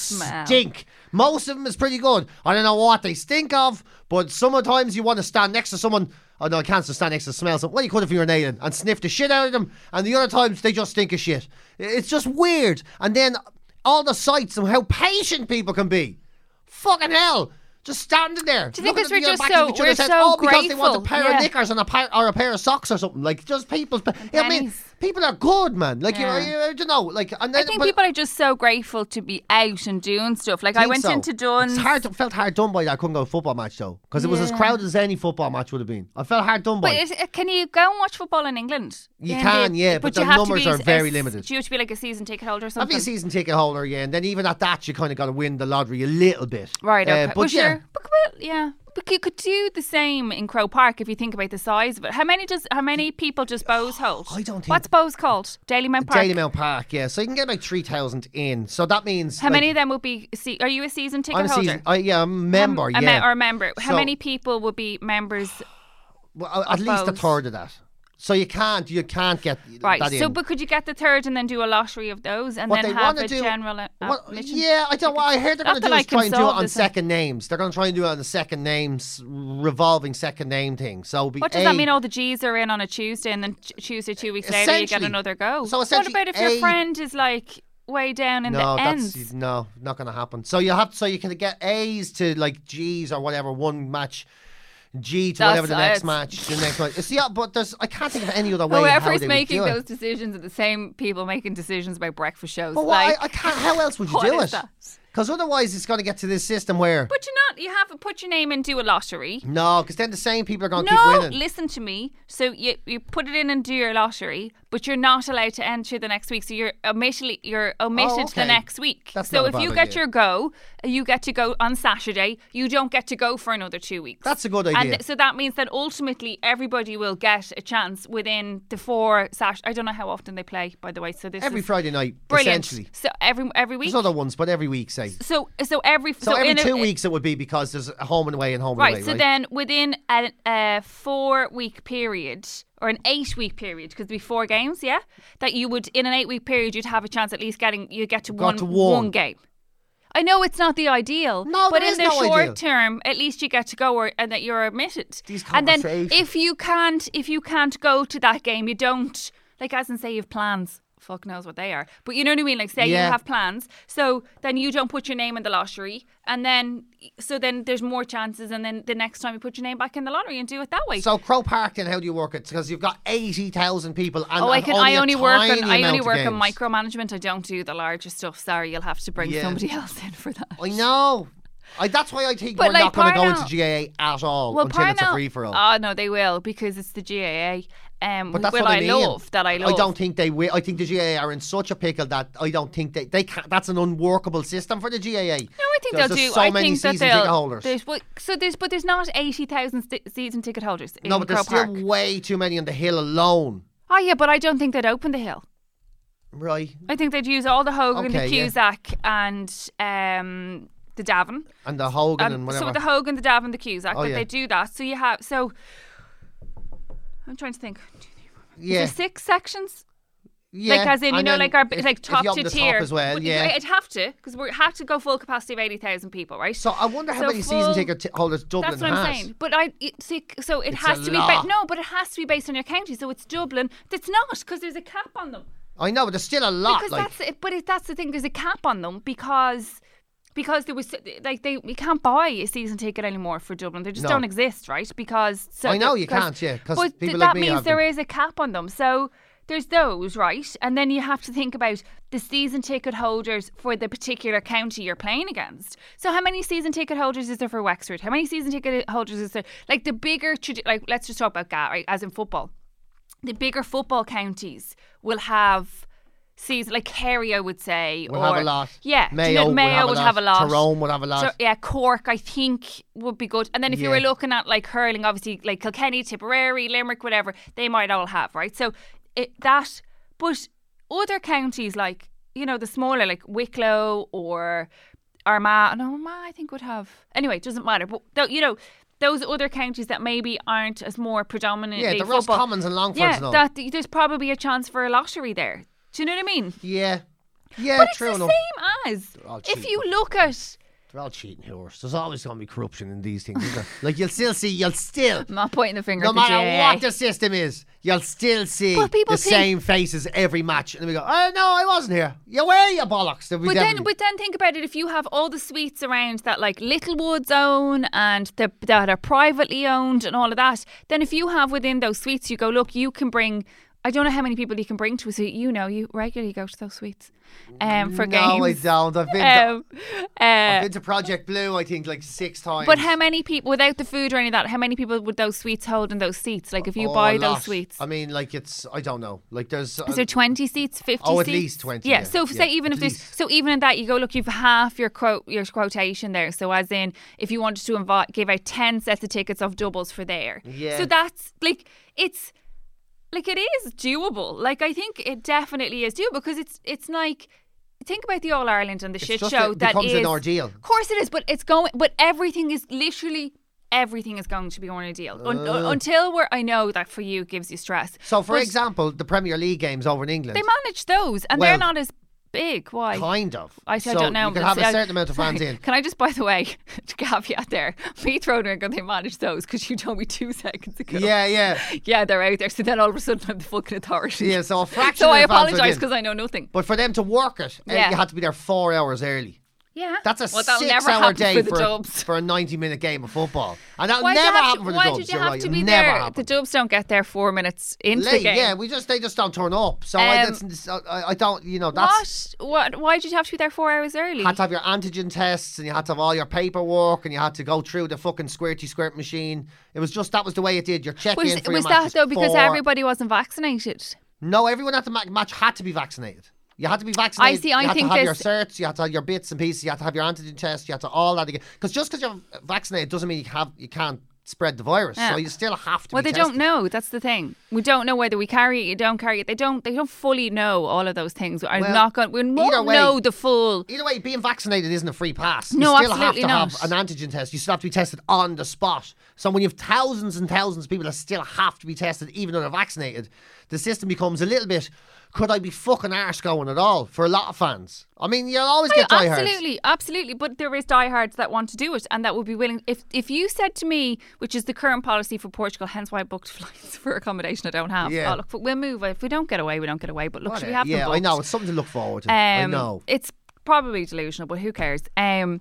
Speaker 3: stink. Most of them is pretty good. I don't know what they stink of, but sometimes you want to stand next to someone. Oh no, I can't stand next to smell something. Well, you could if you were an alien and sniff the shit out of them. And the other times they just stink of shit. It's just weird. And then all the sights and how patient people can be. Fucking hell. Just standing there.
Speaker 2: Do you think
Speaker 3: looking
Speaker 2: it's
Speaker 3: at
Speaker 2: we're
Speaker 3: the other
Speaker 2: just
Speaker 3: backs of
Speaker 2: so-
Speaker 3: each other
Speaker 2: we're
Speaker 3: says,
Speaker 2: so
Speaker 3: oh, because they want a
Speaker 2: grateful,
Speaker 3: pair
Speaker 2: yeah.
Speaker 3: of knickers and a pair, or a pair of socks or something. Like, just people's. I mean,
Speaker 2: pennies.
Speaker 3: people are good, man. Like, you
Speaker 2: Yeah.
Speaker 3: know, you, you know, like. And then,
Speaker 2: I think
Speaker 3: but-
Speaker 2: people are just so grateful to be out and doing stuff. Like I
Speaker 3: think
Speaker 2: went
Speaker 3: so.
Speaker 2: into
Speaker 3: It's
Speaker 2: Dunn's.
Speaker 3: hard. Felt hard done by that. I couldn't go to a football match though, because it was as crowded as any football match would have been. I felt hard done by.
Speaker 2: But is, uh, can you go and watch football in England?
Speaker 3: You
Speaker 2: In
Speaker 3: can, yeah, but the
Speaker 2: you have to
Speaker 3: numbers
Speaker 2: be
Speaker 3: are
Speaker 2: s-
Speaker 3: very
Speaker 2: s-
Speaker 3: limited.
Speaker 2: Do you have to be like a season ticket holder or
Speaker 3: I'd be
Speaker 2: something?
Speaker 3: a season ticket holder, yeah, and then even at that, you kind of got to win the lottery a little bit.
Speaker 2: Right,
Speaker 3: Uh,
Speaker 2: okay.
Speaker 3: but
Speaker 2: well,
Speaker 3: yeah,
Speaker 2: sure. But, but, yeah. But you could do the same in Crow Park if you think about the size of it. How many does how many people does Bowes hold?
Speaker 3: I don't think-
Speaker 2: What's Bowes called? Daily Mount Park.
Speaker 3: Daily Mount Park, yeah. So you can get like three thousand in. So that means
Speaker 2: How
Speaker 3: like,
Speaker 2: many of them would be? See, are you a season ticket
Speaker 3: I'm a
Speaker 2: holder?
Speaker 3: season. I, yeah, I'm a member.
Speaker 2: How m- a me-
Speaker 3: yeah,
Speaker 2: or a member. How
Speaker 3: So-
Speaker 2: many people would be members?
Speaker 3: Well, at least a
Speaker 2: Bows.
Speaker 3: third of that. So you can't, you can't get
Speaker 2: Right.
Speaker 3: That in.
Speaker 2: So, but could you get the third and then do a lottery of those and
Speaker 3: what
Speaker 2: then
Speaker 3: they
Speaker 2: have
Speaker 3: want to
Speaker 2: a
Speaker 3: do,
Speaker 2: general uh,
Speaker 3: what-
Speaker 2: admission?
Speaker 3: yeah, I don't. What I heard they're going
Speaker 2: Not
Speaker 3: to
Speaker 2: that
Speaker 3: do
Speaker 2: I
Speaker 3: is
Speaker 2: can
Speaker 3: try and do it
Speaker 2: solve
Speaker 3: on
Speaker 2: this uh, one.
Speaker 3: second names. They're going to try and do it on the second names revolving second name thing. So it'll be
Speaker 2: What does
Speaker 3: a,
Speaker 2: that mean? oh, All the G's are in on a Tuesday, and then t- Tuesday two weeks later you get
Speaker 3: Essentially-
Speaker 2: another go.
Speaker 3: so
Speaker 2: what
Speaker 3: essentially
Speaker 2: about if your
Speaker 3: A-
Speaker 2: friend is like way down in
Speaker 3: no,
Speaker 2: the
Speaker 3: that's
Speaker 2: ends?
Speaker 3: no, not going to happen. So you have, so you can get A's to like G's or whatever one match. G to
Speaker 2: That's-
Speaker 3: whatever the next
Speaker 2: it's-
Speaker 3: match, the next match. It's, yeah, uh, but there's I can't think of any other way. how
Speaker 2: Whoever's
Speaker 3: they would
Speaker 2: making
Speaker 3: do it.
Speaker 2: those decisions are the same people making decisions about breakfast shows.
Speaker 3: But why?
Speaker 2: like,
Speaker 3: I, can't. How else would you
Speaker 2: what
Speaker 3: do
Speaker 2: is
Speaker 3: it?
Speaker 2: that?
Speaker 3: Because otherwise, it's going to get to this system where
Speaker 2: but you're not. You have to put your name and do a lottery.
Speaker 3: no, because then the same people are going to keep
Speaker 2: No,
Speaker 3: winning.
Speaker 2: listen to me. So you you put it in and do your lottery, but you're not allowed to enter the next week. So you're omitted you're omitted
Speaker 3: Oh, okay.
Speaker 2: the next week.
Speaker 3: That's
Speaker 2: so
Speaker 3: not a
Speaker 2: if
Speaker 3: bad
Speaker 2: you get
Speaker 3: idea.
Speaker 2: your go, you get to go on Saturday. You don't get to go for another two weeks.
Speaker 3: That's a good
Speaker 2: And
Speaker 3: idea.
Speaker 2: th- so that means that ultimately everybody will get a chance within the four Sash. I don't know how often they play, by the way. So this
Speaker 3: every
Speaker 2: is
Speaker 3: Friday night,
Speaker 2: brilliant.
Speaker 3: essentially.
Speaker 2: So every every week.
Speaker 3: There's other ones, but every week, say.
Speaker 2: so so every
Speaker 3: So, every
Speaker 2: in a-
Speaker 3: two weeks it would be because there's a home and away and home
Speaker 2: Right.
Speaker 3: and away,
Speaker 2: so
Speaker 3: right?
Speaker 2: then within a, a four week period or an eight week period, because be four games, yeah, that you would in an eight week period you'd have a chance at least getting you get to
Speaker 3: Got
Speaker 2: one
Speaker 3: to one.
Speaker 2: game. I know it's not the ideal,
Speaker 3: No,
Speaker 2: but
Speaker 3: there
Speaker 2: in
Speaker 3: is
Speaker 2: the
Speaker 3: no
Speaker 2: short
Speaker 3: ideal.
Speaker 2: term, at least you get to go or, and that you're admitted.
Speaker 3: These
Speaker 2: and then
Speaker 3: conversations.
Speaker 2: if you can't, if you can't go to that game, you don't like as in say you've plans. Fuck knows what they are, but you know what I mean. Like say
Speaker 3: Yeah.
Speaker 2: you have plans, so then you don't put your name in the lottery, and then so then there's more chances, and then the next time you put your name back in the lottery and do it that way.
Speaker 3: So Crow Park, then how do you work it? Because you've got eighty thousand people, and
Speaker 2: oh, I
Speaker 3: and
Speaker 2: can.
Speaker 3: Only
Speaker 2: I
Speaker 3: a
Speaker 2: only work on.
Speaker 3: tiny
Speaker 2: I only
Speaker 3: amount of
Speaker 2: work on
Speaker 3: games.
Speaker 2: micromanagement. I don't do the larger stuff. Sorry, you'll have to bring
Speaker 3: Yeah.
Speaker 2: somebody else in for that.
Speaker 3: I know. I, that's why I think
Speaker 2: But
Speaker 3: we're
Speaker 2: like
Speaker 3: not going to go
Speaker 2: Parnell-
Speaker 3: into GAA at all
Speaker 2: Well, Ah,
Speaker 3: until it's a
Speaker 2: Parnell-
Speaker 3: free for all.
Speaker 2: Oh no, they will because it's the GAA, um,
Speaker 3: But that's
Speaker 2: will
Speaker 3: what I,
Speaker 2: I,
Speaker 3: mean.
Speaker 2: love that I love.
Speaker 3: I don't think they will. I think the GAA are in such a pickle that I don't think they they can't, that's an unworkable system for the GAA.
Speaker 2: No, I think
Speaker 3: There's
Speaker 2: they'll
Speaker 3: just
Speaker 2: do.
Speaker 3: So
Speaker 2: I
Speaker 3: many
Speaker 2: think that
Speaker 3: season
Speaker 2: they'll.
Speaker 3: ticket holders.
Speaker 2: There's, well, so there's, but there's not eighty thousand st- season ticket holders in
Speaker 3: no, but
Speaker 2: Crow
Speaker 3: there's
Speaker 2: Park.
Speaker 3: still way too many on the hill alone.
Speaker 2: oh yeah, but I don't think they'd open the hill.
Speaker 3: Right.
Speaker 2: I think they'd use all the Hogan,
Speaker 3: Okay,
Speaker 2: the
Speaker 3: yeah.
Speaker 2: Cusack, and um, the Davin.
Speaker 3: And the Hogan and
Speaker 2: Um,
Speaker 3: whatever.
Speaker 2: so the Hogan, the Davin, the Cusack.
Speaker 3: Oh,
Speaker 2: that
Speaker 3: yeah.
Speaker 2: They do that. So you have. So I'm trying to think.
Speaker 3: yeah.
Speaker 2: There's six sections.
Speaker 3: yeah.
Speaker 2: Like as in, you
Speaker 3: And
Speaker 2: know,
Speaker 3: then
Speaker 2: like our b-
Speaker 3: if-
Speaker 2: like
Speaker 3: if
Speaker 2: top
Speaker 3: you're on
Speaker 2: two
Speaker 3: the top
Speaker 2: tier.
Speaker 3: as well.
Speaker 2: But
Speaker 3: Yeah.
Speaker 2: I'd have to because we have to go full capacity of eighty thousand people, right?
Speaker 3: So I wonder how
Speaker 2: So
Speaker 3: many season
Speaker 2: full-
Speaker 3: ticket t- holders Dublin
Speaker 2: That's what I'm
Speaker 3: has.
Speaker 2: saying. But I it, see, c- so it
Speaker 3: It's
Speaker 2: has
Speaker 3: a
Speaker 2: to be
Speaker 3: lot.
Speaker 2: ba- no, but it has to be based on your county. So it's Dublin. That's not because there's a cap on them.
Speaker 3: I know, but there's still a lot.
Speaker 2: Because
Speaker 3: like,
Speaker 2: that's it. But it, that's the thing. There's a cap on them because because there was like they we can't buy a season ticket anymore for Dublin. They just
Speaker 3: No.
Speaker 2: don't exist, right? Because so
Speaker 3: I know
Speaker 2: the-
Speaker 3: you can't, yeah, 'cause
Speaker 2: but
Speaker 3: people like
Speaker 2: that
Speaker 3: me
Speaker 2: means
Speaker 3: have
Speaker 2: there
Speaker 3: them.
Speaker 2: is a cap on them. So. There's those, right? And then you have to think about the season ticket holders for the particular county you're playing against. So, how many season ticket holders is there for Wexford? How many season ticket holders is there? Like the bigger, tradi- like let's just talk about that, right? As in football, the bigger football counties will have season like Kerry, I would say,
Speaker 3: We'll
Speaker 2: or
Speaker 3: have a lot.
Speaker 2: Yeah, do you
Speaker 3: Mayo
Speaker 2: know,
Speaker 3: would
Speaker 2: Mayo
Speaker 3: have a
Speaker 2: would
Speaker 3: lot.
Speaker 2: have a lot.
Speaker 3: Tyrone would have a lot.
Speaker 2: So, yeah, Cork, I think, would be good. And then if you were
Speaker 3: Yeah.
Speaker 2: looking at like hurling, obviously like Kilkenny, Tipperary, Limerick, whatever, they might all have right. So it, that, but other counties like you know the smaller like Wicklow or Armagh, no Armagh I think would have anyway. It doesn't matter, but though you know. Those other counties that maybe aren't as more predominantly
Speaker 3: yeah, the
Speaker 2: football.
Speaker 3: Ross Commons and Longfords
Speaker 2: Yeah,
Speaker 3: and all.
Speaker 2: that there's probably a chance for a lottery there. Do you know what I mean?
Speaker 3: yeah. Yeah,
Speaker 2: But it's
Speaker 3: true
Speaker 2: the
Speaker 3: enough.
Speaker 2: same as
Speaker 3: all
Speaker 2: if
Speaker 3: cheap,
Speaker 2: you look at.
Speaker 3: They're all cheating whores. There's always going to be corruption in these things. Isn't there? like you'll still see, you'll still,
Speaker 2: I'm not pointing the finger.
Speaker 3: no
Speaker 2: at the
Speaker 3: matter
Speaker 2: GAA.
Speaker 3: what the system is, you'll still see
Speaker 2: But people
Speaker 3: the
Speaker 2: think-
Speaker 3: same faces every match. And then we go, oh no, I wasn't here. You were, you bollocks. There'll be
Speaker 2: But then,
Speaker 3: definitely-
Speaker 2: but then think about it. If you have all the suites around that, like Littlewoods own and the, that are privately owned and all of that, then if you have within those suites, you go look. You can bring. I don't know how many people you can bring to a suite. You know, you regularly go to those suites um, for
Speaker 3: no, I
Speaker 2: games.
Speaker 3: don't. I've been, to,
Speaker 2: Um, uh,
Speaker 3: I've been to Project Blue, I think, like six times.
Speaker 2: But how many people, without the food or any of that, how many people would those sweets hold in those seats? Like if you
Speaker 3: Oh, a
Speaker 2: buy those
Speaker 3: lot.
Speaker 2: sweets,
Speaker 3: I mean, like it's, I don't know. Like there's, uh,
Speaker 2: is there twenty seats, fifty?
Speaker 3: Oh, at
Speaker 2: seats?
Speaker 3: least 20,
Speaker 2: Yeah.
Speaker 3: yeah,
Speaker 2: So if-
Speaker 3: yeah,
Speaker 2: say even
Speaker 3: at
Speaker 2: if there's
Speaker 3: least.
Speaker 2: so even in that you go look, you've half your quote your quotation there. So as in, if you wanted to invite, give out ten sets of tickets of doubles for there.
Speaker 3: Yeah.
Speaker 2: So that's like it's like it is doable. Like I think it definitely is doable because it's it's like. Think about the All Ireland and the shit
Speaker 3: just-
Speaker 2: show
Speaker 3: it
Speaker 2: that
Speaker 3: becomes
Speaker 2: is
Speaker 3: an ordeal.
Speaker 2: Of course it is, but it's going. But everything is literally everything is going to be on a deal Un- un- until where I know that for you gives you stress.
Speaker 3: so for
Speaker 2: But
Speaker 3: example, the Premier League games over in England.
Speaker 2: they manage those, and
Speaker 3: Well-
Speaker 2: they're not as big. Why?
Speaker 3: Kind of.
Speaker 2: I, said,
Speaker 3: so
Speaker 2: I don't know. uh,
Speaker 3: You can
Speaker 2: but
Speaker 3: have
Speaker 2: see, I-
Speaker 3: a certain amount of fans
Speaker 2: Sorry,
Speaker 3: in.
Speaker 2: Can I just, by the way, to caveat there, me throwing and they manage those because you told me two seconds ago.
Speaker 3: Yeah, yeah.
Speaker 2: yeah, they're out there. So then all of a sudden I'm the fucking authority.
Speaker 3: Yeah, so a fraction
Speaker 2: So
Speaker 3: of
Speaker 2: I
Speaker 3: the fans would
Speaker 2: apologise
Speaker 3: in.
Speaker 2: because I know nothing.
Speaker 3: But for them to work it, eh,
Speaker 2: Yeah.
Speaker 3: you had to be there four hours early.
Speaker 2: Yeah,
Speaker 3: That's a
Speaker 2: well, that'll never
Speaker 3: six-hour
Speaker 2: happen
Speaker 3: day
Speaker 2: for the
Speaker 3: a-
Speaker 2: Dubs.
Speaker 3: for a ninety-minute game of football, and that
Speaker 2: Why do you
Speaker 3: never
Speaker 2: have to-
Speaker 3: happened for the
Speaker 2: why
Speaker 3: Dubs.
Speaker 2: did you
Speaker 3: you're
Speaker 2: have
Speaker 3: right.
Speaker 2: to
Speaker 3: it
Speaker 2: be
Speaker 3: never
Speaker 2: there? The
Speaker 3: happened.
Speaker 2: Dubs don't get there four minutes into the
Speaker 3: Late,
Speaker 2: game.
Speaker 3: yeah, we just they just don't turn up. So I,
Speaker 2: Um,
Speaker 3: that's, uh, I, I don't, you know, that's
Speaker 2: what? What? Why did you have to be there four hours early?
Speaker 3: had to have your antigen tests and you had to have all your paperwork and you had to go through the fucking squirty squirt machine. It was just that was the way it did. Your check
Speaker 2: was
Speaker 3: in for
Speaker 2: was
Speaker 3: your
Speaker 2: that
Speaker 3: matches
Speaker 2: though because
Speaker 3: four-
Speaker 2: everybody wasn't vaccinated?
Speaker 3: No, everyone at the ma- match had to be vaccinated. You had to be vaccinated.
Speaker 2: see, I
Speaker 3: you had
Speaker 2: think
Speaker 3: to have your
Speaker 2: this-
Speaker 3: certs. You had to have your bits and pieces. You had to have your antigen test. You had to all that again. Because just because you're vaccinated doesn't mean you have you can't spread the virus.
Speaker 2: Yeah.
Speaker 3: So you still have to.
Speaker 2: Well,
Speaker 3: be
Speaker 2: they
Speaker 3: tested.
Speaker 2: don't know. That's the thing. We don't know whether we carry it, don't carry it. They don't. They don't fully know all of those things. I'm
Speaker 3: Well,
Speaker 2: not going. We
Speaker 3: either
Speaker 2: won't
Speaker 3: way-
Speaker 2: know the full.
Speaker 3: Either way, being vaccinated isn't a free pass.
Speaker 2: No,
Speaker 3: you still have
Speaker 2: absolutely
Speaker 3: to
Speaker 2: not.
Speaker 3: have an antigen test. You still have to be tested on the spot. So when you have thousands and thousands of people that still have to be tested, even though they're vaccinated, the system becomes a little bit. Could I be fucking arse going at all for a lot of fans? I mean, you'll always get
Speaker 2: Oh, Yeah,
Speaker 3: diehards.
Speaker 2: absolutely, absolutely. But there is diehards that want to do it and that would be willing. If if you said to me, which is the current policy for Portugal, hence why I booked flights for accommodation I don't have.
Speaker 3: Yeah.
Speaker 2: Oh, look, we'll move. If we don't get away, we don't get away. But look, should we
Speaker 3: Whatever.
Speaker 2: have them
Speaker 3: yeah, I
Speaker 2: booked?
Speaker 3: know. It's something to look forward to.
Speaker 2: Um,
Speaker 3: I know.
Speaker 2: It's probably delusional, but who cares? Um,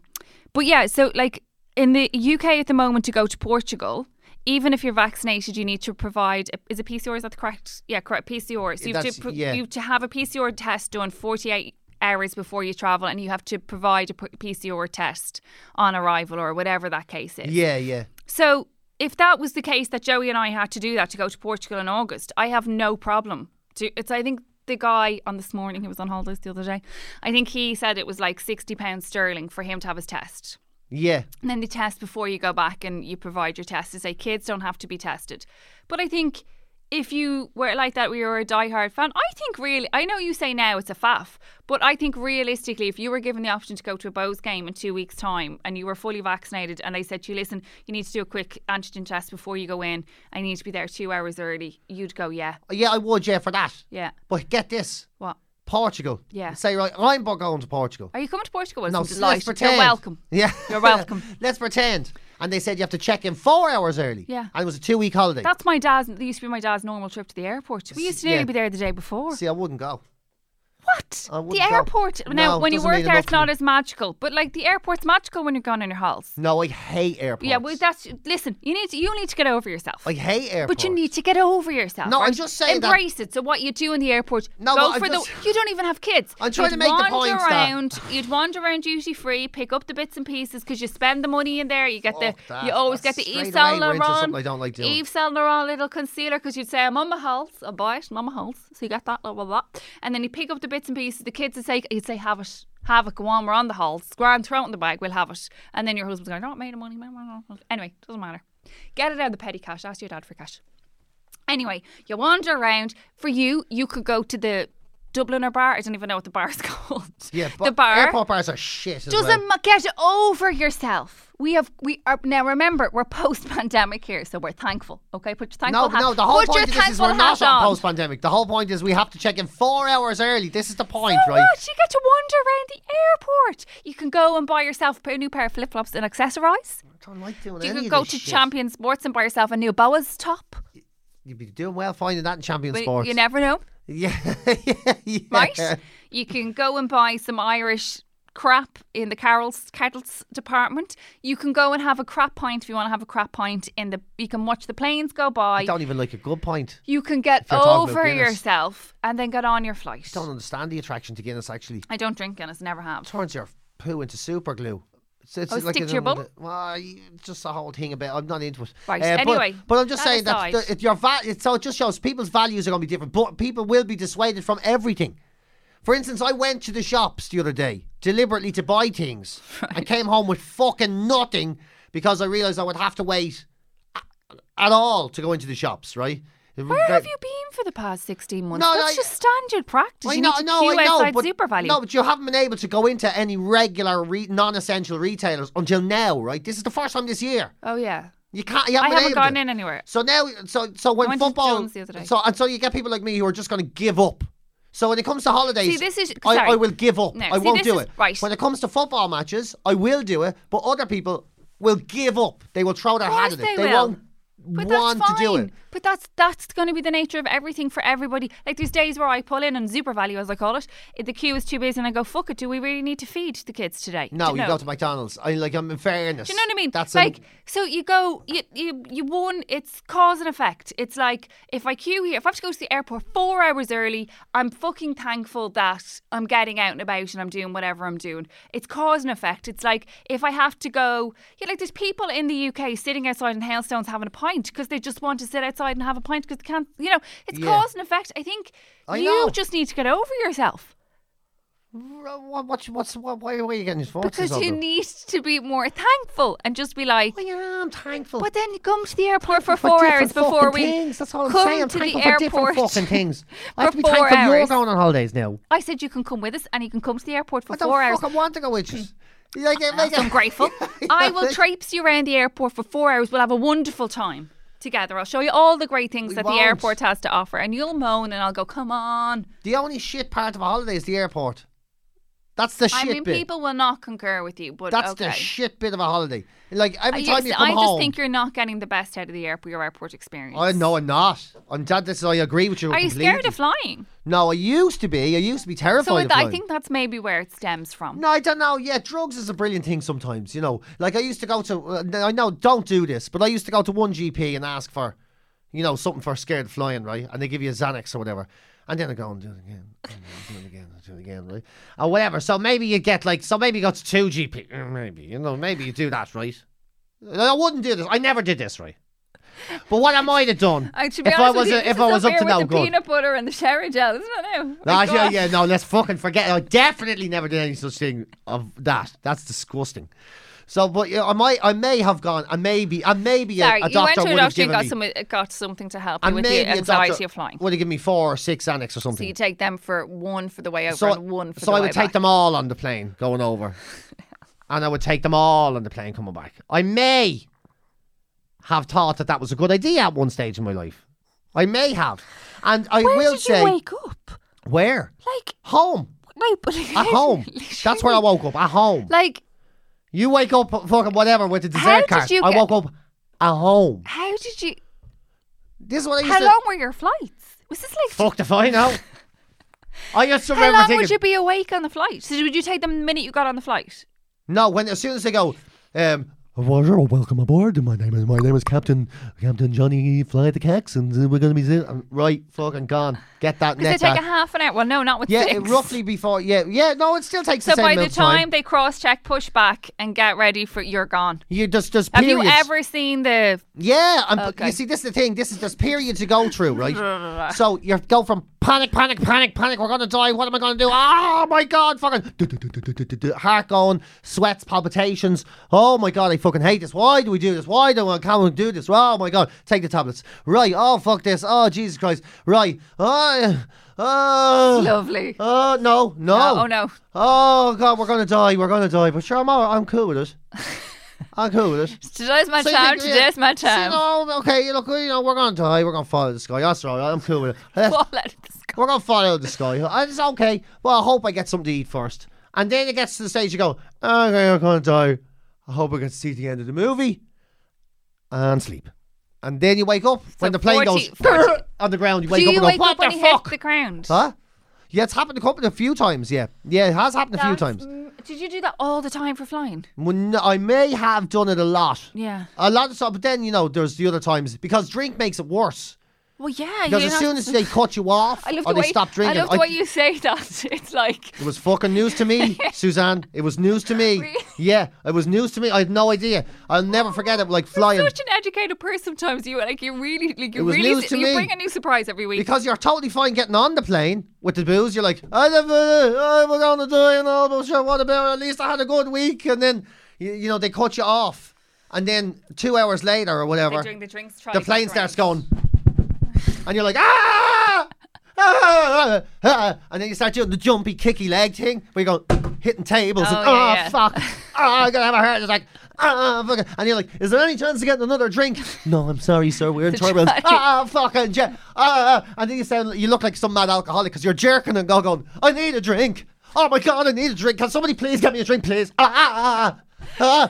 Speaker 2: but yeah, so like in the UK at the moment, to go to Portugal, even if you're vaccinated, you need to provide a, is a PCR. Is that the correct? Yeah, correct PCR. So you have,
Speaker 3: That's-
Speaker 2: to pro-
Speaker 3: yeah.
Speaker 2: you have to have a PCR test done 48 hours before you travel, and you have to provide a p- PCR test on arrival or whatever that case is.
Speaker 3: Yeah, yeah.
Speaker 2: So if that was the case that Joey and I had to do that to go to Portugal in August, I have no problem. To, it's I think the guy on this morning who was on holidays the other day, I think he said it was like sixty pounds sterling for him to have his test.
Speaker 3: Yeah.
Speaker 2: And then the test before you go back and you provide your test to say kids don't have to be tested. But I think if you were like that, we were a diehard fan. I think really, I know you say now it's a faff, but I think realistically, if you were given the option to go to a Bose game in two weeks' time and you were fully vaccinated, and they said to you, "Listen, you need to do a quick antigen test before you go in. I need to be there two hours early," you'd go, "Yeah,
Speaker 3: Yeah, I would, yeah, for that.
Speaker 2: yeah,
Speaker 3: But get this
Speaker 2: what?
Speaker 3: Portugal.
Speaker 2: Yeah.
Speaker 3: Say, right, I'm bu- going to Portugal.
Speaker 2: Are you coming to Portugal?" Well,
Speaker 3: No,
Speaker 2: I'm
Speaker 3: so let's
Speaker 2: delighted.
Speaker 3: pretend.
Speaker 2: You're welcome.
Speaker 3: Yeah.
Speaker 2: You're welcome.
Speaker 3: let's pretend. And they said you have to check in four hours early.
Speaker 2: Yeah.
Speaker 3: And it was a two week holiday.
Speaker 2: That's my dad's. That used to be my dad's normal trip to the airport. We used to nearly
Speaker 3: Yeah.
Speaker 2: be there the day before.
Speaker 3: See, I wouldn't go.
Speaker 2: What?
Speaker 3: I wouldn't
Speaker 2: The
Speaker 3: go.
Speaker 2: airport. now,
Speaker 3: No,
Speaker 2: when you
Speaker 3: doesn't
Speaker 2: work
Speaker 3: mean
Speaker 2: there,
Speaker 3: enough
Speaker 2: it's
Speaker 3: to me.
Speaker 2: not as magical. But like the airport's magical when you're gone on your halls.
Speaker 3: No, I hate airports.
Speaker 2: Yeah, well, that's listen. You need to, you need to get over yourself.
Speaker 3: I hate airports.
Speaker 2: But you need to get over yourself.
Speaker 3: No, I'm
Speaker 2: right?
Speaker 3: just saying that-
Speaker 2: Embrace it. So what you do in the airport?
Speaker 3: No,
Speaker 2: go
Speaker 3: but I'm
Speaker 2: for
Speaker 3: just-
Speaker 2: the. You don't even have kids.
Speaker 3: I'm trying
Speaker 2: You'd
Speaker 3: to make the
Speaker 2: wander
Speaker 3: point that-
Speaker 2: around. You'd wander around duty free, pick up the bits and pieces because you spend the money in there. You get the.
Speaker 3: Fuck that.
Speaker 2: You always
Speaker 3: That's
Speaker 2: get the Yves
Speaker 3: straight away
Speaker 2: Saint
Speaker 3: we're into
Speaker 2: Laurent.
Speaker 3: something I don't like doing.
Speaker 2: Yves Saint Laurent little concealer because you'd say I'm on my holes. I buy it. I'm on my holes. So you get that blah blah blah. And then you pick up the bits and pieces. The kids would say you'd say have it. Have it, go on, we're on the halls. Grand throw it in the bag, we'll have it. And then your husband's going, not made of money. made of money." Anyway, doesn't matter. Get it out of the petty cash. Ask your dad for cash. Anyway, you wander around. For you, you could go to the Dubliner bar. I don't even know what the bar's called.
Speaker 3: Yeah, but
Speaker 2: the bar
Speaker 3: airport bars are shit. As
Speaker 2: doesn't
Speaker 3: well.
Speaker 2: ma- get over yourself. We have we are now. Remember, we're post-pandemic here, so we're thankful. Okay, put your
Speaker 3: No,
Speaker 2: thankful hat.
Speaker 3: no, the whole
Speaker 2: put your
Speaker 3: point of this is
Speaker 2: thankful
Speaker 3: we're not
Speaker 2: hat
Speaker 3: on
Speaker 2: on.
Speaker 3: post pandemic. The whole point is we have to check in four hours early. This is the point,
Speaker 2: So
Speaker 3: right?
Speaker 2: what? You get to wander around the airport. You can go and buy yourself a pair- new pair of flip flops and accessorize.
Speaker 3: I don't like doing
Speaker 2: You
Speaker 3: any
Speaker 2: can
Speaker 3: of
Speaker 2: go
Speaker 3: this
Speaker 2: to
Speaker 3: shit.
Speaker 2: Champion Sports and buy yourself a new Boas top.
Speaker 3: You'd be doing well finding that in champion
Speaker 2: But
Speaker 3: sports.
Speaker 2: you never know.
Speaker 3: yeah. yeah.
Speaker 2: right? You can go and buy some Irish crap in the Carol's Kettles department. You can go and have a crap pint if you want to have a crap pint in the you can watch the planes go
Speaker 3: I
Speaker 2: by.
Speaker 3: don't even like a good point.
Speaker 2: You can get
Speaker 3: If you're talking about
Speaker 2: over
Speaker 3: Guinness.
Speaker 2: yourself and then get on your flight.
Speaker 3: I don't understand the attraction to Guinness actually.
Speaker 2: I don't drink Guinness, never have.
Speaker 3: turns your poo into super glue. It's, it's
Speaker 2: Oh, stick
Speaker 3: a-
Speaker 2: to your bum?
Speaker 3: Well, you- just the whole thing about. I'm not into it. Uh,
Speaker 2: Right,
Speaker 3: but-
Speaker 2: anyway,
Speaker 3: but, I'm just
Speaker 2: that
Speaker 3: saying that
Speaker 2: aside.
Speaker 3: the, it, your va- it, so it just shows people's values are going to be different. But people will be dissuaded from everything. For instance, I went to the shops the other day deliberately to buy things. I came home with fucking nothing because I realised I would have to wait a- at all to go into the shops. Right?
Speaker 2: Where have you been for the past 16 months?
Speaker 3: No,
Speaker 2: That's
Speaker 3: no,
Speaker 2: just standard practice.
Speaker 3: I
Speaker 2: you
Speaker 3: know,
Speaker 2: need to
Speaker 3: no,
Speaker 2: queue
Speaker 3: I know,
Speaker 2: outside
Speaker 3: but,
Speaker 2: Super Value.
Speaker 3: No, but you haven't been able to go into any regular re- non-essential retailers until now, right? This is the first time this year.
Speaker 2: oh, yeah.
Speaker 3: You can't. You haven't
Speaker 2: I
Speaker 3: been
Speaker 2: haven't
Speaker 3: able
Speaker 2: gone
Speaker 3: to.
Speaker 2: in anywhere.
Speaker 3: So now, so so when
Speaker 2: I went to
Speaker 3: football,
Speaker 2: Jones the other day.
Speaker 3: so and so you get people like me who are just going to give up. So when it comes to holidays,
Speaker 2: See, this is-
Speaker 3: I,
Speaker 2: sorry.
Speaker 3: I will give up.
Speaker 2: No,
Speaker 3: I
Speaker 2: see,
Speaker 3: won't
Speaker 2: this
Speaker 3: do
Speaker 2: is-
Speaker 3: it.
Speaker 2: right.
Speaker 3: When it comes to football matches, I will do it, but other people will give up. They will throw their
Speaker 2: Of course
Speaker 3: hand at it.
Speaker 2: they will.
Speaker 3: won't
Speaker 2: But
Speaker 3: want
Speaker 2: that's fine.
Speaker 3: to do it.
Speaker 2: But that's that's going to be the nature of everything for everybody. Like there's days where I pull in and super value, as I call it, if the queue is too busy, and I go, "Fuck it, do we really need to feed the kids today?"
Speaker 3: No,
Speaker 2: Do
Speaker 3: you go to McDonald's. I like. I'm in fairness.
Speaker 2: Do you know what I mean?
Speaker 3: That's a-
Speaker 2: like so you go you you you won. It's cause and effect. It's like if I queue here, if I have to go to the airport four hours early, I'm fucking thankful that I'm getting out and about and I'm doing whatever I'm doing. It's cause and effect. It's like if I have to go, you know, like there's people in the UK sitting outside in hailstones having a pint because they just want to sit outside and have a pint because they can't. You know, it's
Speaker 3: Yeah.
Speaker 2: cause and effect. I think
Speaker 3: I
Speaker 2: you
Speaker 3: know.
Speaker 2: just need to get over yourself.
Speaker 3: What, what's what's what, why are you getting your forces
Speaker 2: Because
Speaker 3: on
Speaker 2: you
Speaker 3: them?
Speaker 2: need to be more thankful and just be like,
Speaker 3: Well, yeah, I'm thankful.
Speaker 2: But then you come to the airport for
Speaker 3: for
Speaker 2: four
Speaker 3: different
Speaker 2: hours before
Speaker 3: fucking
Speaker 2: we
Speaker 3: things. That's all I'm
Speaker 2: come
Speaker 3: saying. I'm
Speaker 2: to
Speaker 3: thankful
Speaker 2: the
Speaker 3: for different
Speaker 2: airport.
Speaker 3: fucking things. I have to be
Speaker 2: for four
Speaker 3: thankful you're
Speaker 2: hours.
Speaker 3: going on holidays now.
Speaker 2: I said you can come with us, and you can come to the airport for
Speaker 3: I don't
Speaker 2: four hours. Hmm.
Speaker 3: fucking want to go with you. Like, like,
Speaker 2: I'm grateful. I will traipse you around the airport for four hours. We'll have a wonderful time together. I'll show you all the great things
Speaker 3: We
Speaker 2: that
Speaker 3: won't.
Speaker 2: the airport has to offer, and you'll moan, and I'll go, "Come on."
Speaker 3: The only shit part of a holiday is the airport. That's the shit
Speaker 2: I mean,
Speaker 3: bit.
Speaker 2: people will not concur with you, but
Speaker 3: That's
Speaker 2: okay.
Speaker 3: the shit bit of a holiday. Like
Speaker 2: I
Speaker 3: every time
Speaker 2: just,
Speaker 3: you come
Speaker 2: I
Speaker 3: home.
Speaker 2: just think you're not getting the best out of the airport, your airport experience.
Speaker 3: I no, I'm not. I'm glad this. I agree with you.
Speaker 2: Are you
Speaker 3: completely.
Speaker 2: scared of flying?
Speaker 3: No, I used to be. I used to be terrified
Speaker 2: So
Speaker 3: of
Speaker 2: it- I
Speaker 3: flying.
Speaker 2: think that's maybe where it stems from.
Speaker 3: No, I don't know. Yeah, drugs is a brilliant thing sometimes, you know. Like I used to go to, uh, I know, don't do this, but I used to go to one GP and ask for, you know, something for scared flying, right? And they give you a Xanax or whatever. And then I go and do it again, and do it again, and do it again, right? Or whatever. So maybe you get like, so maybe you go mm, to two GP, uh, maybe, you know, maybe you do that, right? I wouldn't do this. I never did this, right? But what I might have done
Speaker 2: I, Uh, to be
Speaker 3: if I
Speaker 2: honest
Speaker 3: was
Speaker 2: with you,
Speaker 3: a-
Speaker 2: this
Speaker 3: if I
Speaker 2: is
Speaker 3: was
Speaker 2: up
Speaker 3: up to
Speaker 2: here
Speaker 3: no
Speaker 2: with the
Speaker 3: good.
Speaker 2: peanut butter and the sherry gel, isn't it? Now?
Speaker 3: No,
Speaker 2: My
Speaker 3: yeah,
Speaker 2: God.
Speaker 3: yeah, no, let's fucking forget. I definitely never did any such thing of that. That's disgusting. So, but yeah, I might, I may have gone, and maybe, and maybe a,
Speaker 2: Sorry,
Speaker 3: a
Speaker 2: you
Speaker 3: doctor
Speaker 2: went to a
Speaker 3: would have
Speaker 2: doctor and
Speaker 3: given
Speaker 2: got,
Speaker 3: me,
Speaker 2: some, got something to help you
Speaker 3: and
Speaker 2: with
Speaker 3: maybe
Speaker 2: the
Speaker 3: a
Speaker 2: anxiety
Speaker 3: doctor
Speaker 2: of flying.
Speaker 3: would have given me four or six Annex or
Speaker 2: So
Speaker 3: something.
Speaker 2: you take them for one for the way over
Speaker 3: So-
Speaker 2: and one for
Speaker 3: so
Speaker 2: the
Speaker 3: I
Speaker 2: way
Speaker 3: would take
Speaker 2: back.
Speaker 3: them all on the plane going over, and I would take them all on the plane coming back. I may have thought that that was a good idea at one stage in my life. I may have, and I
Speaker 2: Where
Speaker 3: will
Speaker 2: did
Speaker 3: say
Speaker 2: you wake up?
Speaker 3: where
Speaker 2: Like,
Speaker 3: home
Speaker 2: no, but
Speaker 3: at home. That's where I woke up at home.
Speaker 2: Like,
Speaker 3: You wake up fucking whatever with the
Speaker 2: How
Speaker 3: dessert
Speaker 2: did
Speaker 3: cart.
Speaker 2: you
Speaker 3: I
Speaker 2: get-
Speaker 3: woke up at home.
Speaker 2: how did you?
Speaker 3: This is what I used
Speaker 2: How
Speaker 3: to
Speaker 2: long were your flights? Was this like?
Speaker 3: fuck if I know. I used to
Speaker 2: how
Speaker 3: remember
Speaker 2: long
Speaker 3: thinking,
Speaker 2: would you be awake on the flight? So would you take them the minute you got on the flight?
Speaker 3: no, when as soon as they go, um, Roger, welcome aboard. My name is my name is Captain Captain Johnny Fly the Cax, and uh, we're going to be zin- I'm right fucking gone. Get that
Speaker 2: Because
Speaker 3: neck
Speaker 2: they take
Speaker 3: back.
Speaker 2: a half an hour. Well, no, not with
Speaker 3: yeah,
Speaker 2: six.
Speaker 3: it roughly before. Yeah, yeah. No, it still takes
Speaker 2: So
Speaker 3: the same
Speaker 2: by the
Speaker 3: amount
Speaker 2: time,
Speaker 3: of time.
Speaker 2: they cross check, push back, and get ready for you're gone.
Speaker 3: you just just
Speaker 2: Have
Speaker 3: periods.
Speaker 2: you ever seen the?
Speaker 3: Yeah, and but
Speaker 2: Okay.
Speaker 3: you see, this is the thing. This is there's periods you go through, right? so you go from panic, panic, panic, panic. We're gonna die. What am I gonna do? Oh my god, fucking du- du- du- du- du- du- du- du- heart going, sweats, palpitations. Oh my god, I fucking hate this. Why do we do this? Why do I can't we do this? Oh my god, take the tablets. Right. Oh fuck this. Oh Jesus Christ. Right. Oh. Oh.
Speaker 2: Lovely.
Speaker 3: Oh no, no.
Speaker 2: No, oh, no.
Speaker 3: Oh god, we're gonna die. We're gonna die. But sure, I'm all, I'm cool with it. I'm cool with it.
Speaker 2: Today's my
Speaker 3: So you
Speaker 2: time.
Speaker 3: think, yeah,
Speaker 2: Today's my
Speaker 3: so, you
Speaker 2: time.
Speaker 3: know, okay, look, you know, we're gonna die. We're gonna follow the sky. That's all right. I'm cool with it. Let's-
Speaker 2: Fall out of the sky.
Speaker 3: we're gonna follow the sky. And It's okay. Well, I hope I get something to eat first. And then it gets to the stage. You go, okay, I'm gonna die. I hope I get to see the end of the movie and sleep. And then you wake up when the plane
Speaker 2: 40
Speaker 3: goes
Speaker 2: 40
Speaker 3: on the ground. You
Speaker 2: Do
Speaker 3: wake
Speaker 2: you
Speaker 3: up and
Speaker 2: wake
Speaker 3: go,
Speaker 2: up
Speaker 3: what
Speaker 2: when
Speaker 3: the
Speaker 2: you
Speaker 3: fuck?
Speaker 2: hit the ground?
Speaker 3: Huh? Yeah, it's happened a couple, a few times. Yeah, yeah, it has happened a few
Speaker 2: That's-
Speaker 3: times.
Speaker 2: mm, Did you do that all the time for flying?
Speaker 3: When I may have done it a lot.
Speaker 2: Yeah.
Speaker 3: A lot of stuff, but then you know, there's the other times because drink makes it worse.
Speaker 2: Well, yeah.
Speaker 3: Because
Speaker 2: you're
Speaker 3: as
Speaker 2: not-
Speaker 3: soon as they cut you off
Speaker 2: I love
Speaker 3: or
Speaker 2: the
Speaker 3: they
Speaker 2: way,
Speaker 3: stop drinking,
Speaker 2: I love the way you say that. It's like
Speaker 3: it was fucking news to me, Suzanne. It was news to me.
Speaker 2: Really?
Speaker 3: Yeah, it was news to me. I had no idea. I'll never forget it. Like flying.
Speaker 2: such an educated person. Sometimes you like you really like
Speaker 3: It
Speaker 2: you
Speaker 3: was
Speaker 2: really
Speaker 3: news to
Speaker 2: you
Speaker 3: me.
Speaker 2: bring a new surprise every week.
Speaker 3: Because you're totally fine getting on the plane with the booze. You're like, I never, I was gonna die and all, but sure, what about? At least I had a good week. And then, you, you know, they cut you off, and then two hours later or whatever,
Speaker 2: doing the drinks.
Speaker 3: the plane starts going, and you're like, ah! Ah, ah, ah," and then you start doing the jumpy, kicky leg thing where you go hitting tables
Speaker 2: Oh,
Speaker 3: and
Speaker 2: yeah,
Speaker 3: oh
Speaker 2: yeah.
Speaker 3: fuck, ah, I'm gonna have a heart attack. Ah, fucking. And you're like, is there any chance of getting another drink? No, I'm sorry, sir. We're in turbulence.
Speaker 2: giant-
Speaker 3: Ah, fucking jet. Ah, ah. and then you sound, you look like some mad alcoholic because you're jerking and go- going, I need a drink. Oh my god, I need a drink. Can somebody please get me a drink, please? Ah, ah, ah, ah.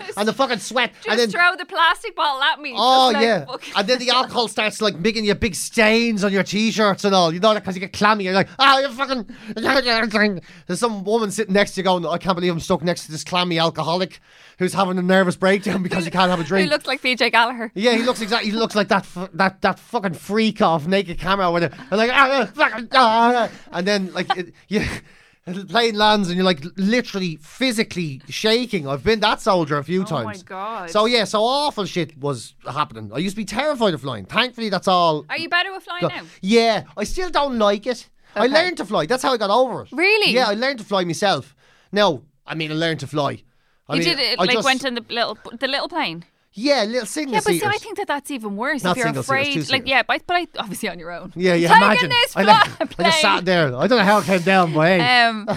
Speaker 3: ah. and the fucking sweat.
Speaker 2: Just
Speaker 3: and then
Speaker 2: throw the plastic bottle at me.
Speaker 3: Oh
Speaker 2: Just, like,
Speaker 3: yeah,
Speaker 2: fucking-
Speaker 3: and then the alcohol starts like making you big stains on your t-shirts and all. You know that because you get clammy. You're like, oh, you fucking. There's some woman sitting next to you going, I can't believe I'm stuck next to this clammy alcoholic who's having a nervous breakdown because he can't have a
Speaker 2: He
Speaker 3: drink.
Speaker 2: looks like PJ Gallagher.
Speaker 3: yeah, he looks exactly. He looks like that f- that that fucking freak off naked camera with it. And like, ah, ah, fucking, ah, ah," and then like it, you. The plane lands and you're like literally physically shaking. I've been that soldier a few
Speaker 2: Oh my
Speaker 3: times.
Speaker 2: god.
Speaker 3: So yeah, so awful shit was happening. I used to be terrified of flying. Thankfully, that's all.
Speaker 2: are you better with flying now?
Speaker 3: Yeah, I still don't like it. I
Speaker 2: Okay.
Speaker 3: learned to fly. That's how I got over it.
Speaker 2: Really?
Speaker 3: Yeah, I learned to fly myself. No, I mean I learned to fly. I
Speaker 2: you
Speaker 3: mean,
Speaker 2: did it
Speaker 3: I
Speaker 2: like
Speaker 3: just-
Speaker 2: went in the little the little plane.
Speaker 3: Yeah, little single
Speaker 2: Yeah, but see,
Speaker 3: seaters.
Speaker 2: I think that that's even worse
Speaker 3: Not
Speaker 2: if you're
Speaker 3: single seaters,
Speaker 2: afraid.
Speaker 3: two
Speaker 2: like,
Speaker 3: seaters.
Speaker 2: yeah, but, but I, obviously on your own.
Speaker 3: yeah, yeah.
Speaker 2: Taking
Speaker 3: imagine.
Speaker 2: this
Speaker 3: I,
Speaker 2: fly-
Speaker 3: I just
Speaker 2: plane.
Speaker 3: sat there. I don't know how it came down, but hey.
Speaker 2: Um,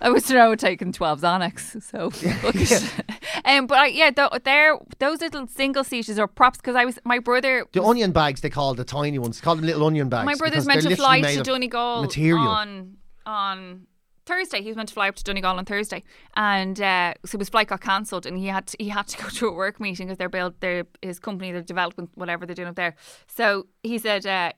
Speaker 2: I was now taking 12 Xanax, so fuck it. Um, but I, yeah, th- there those little single seaters are props because I was my brother.
Speaker 3: the onion bags they call the tiny ones. Call them little onion bags.
Speaker 2: My brother's
Speaker 3: because
Speaker 2: meant
Speaker 3: they're
Speaker 2: to
Speaker 3: literally
Speaker 2: fly
Speaker 3: made
Speaker 2: to
Speaker 3: of
Speaker 2: Donegal
Speaker 3: material.
Speaker 2: on on Thursday. He was meant to fly up to Donegal on Thursday, and uh, so his flight got cancelled, and he had to, he had to go to a work meeting because they're build their his company, their development, whatever they're doing up there. So he said. Uh,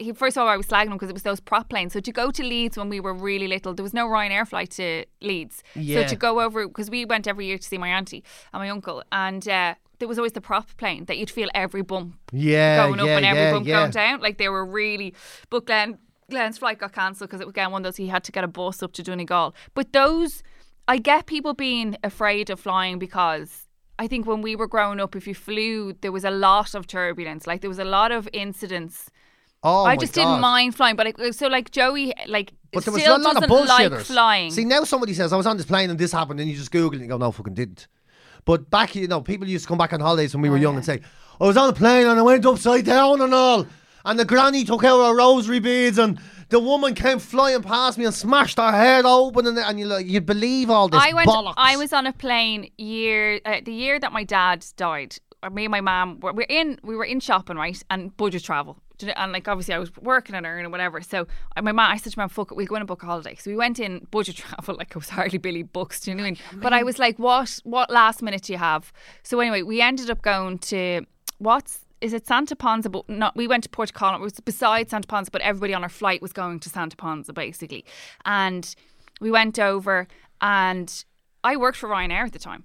Speaker 2: he first of all, I was slagging him because it was those prop planes. So to go to Leeds when we were really little, there was no Ryanair flight to Leeds.
Speaker 3: Yeah.
Speaker 2: So to go over because we went every year to see my auntie and my uncle, and uh, there was always the prop plane that you'd feel every bump
Speaker 3: Yeah,
Speaker 2: going up
Speaker 3: yeah,
Speaker 2: and every
Speaker 3: yeah,
Speaker 2: bump
Speaker 3: yeah.
Speaker 2: going down. Like they were really. But Glenn, Glenn's flight got cancelled because it was again one of those he had to get a bus up to Donegal. But those, I get people being afraid of flying because I think when we were growing up, if you flew, there was a lot of turbulence. Like there was a lot of incidents.
Speaker 3: Oh,
Speaker 2: I
Speaker 3: my
Speaker 2: just
Speaker 3: God.
Speaker 2: didn't mind flying, but like so, like Joey, like
Speaker 3: But there was
Speaker 2: still
Speaker 3: a lot of
Speaker 2: doesn't like
Speaker 3: bullshitters.
Speaker 2: flying.
Speaker 3: See, now somebody says, I was on this plane and this happened, and you just Google it and you go, no, fucking didn't. But back, you know, people used to come back on holidays when we were
Speaker 2: Oh,
Speaker 3: young and say, I was on a plane and I went upside down and all. And the granny took out her rosary beads and the woman came flying past me and smashed her head open. And, and you like, you believe all this
Speaker 2: I went.
Speaker 3: bollocks.
Speaker 2: I was on a plane year uh, the year that my dad died. Or Me and my mom were, we're in. We were in shopping, right, and budget travel. Do you know- And like obviously, I was working and earning whatever. So uh, my mom, I said to my mom, "Fuck it, we'll go in and book a holiday." So we went in budget travel, like it was hardly Billy books, do you know what I mean? But I was like, "What? What last minute do you have?" So anyway, we ended up going to what's is it Santa Ponsa? But not we went to Port Colin. It was beside Santa Ponsa, but everybody on our flight was going to Santa Ponsa basically, and we went over and I worked for Ryanair at the time.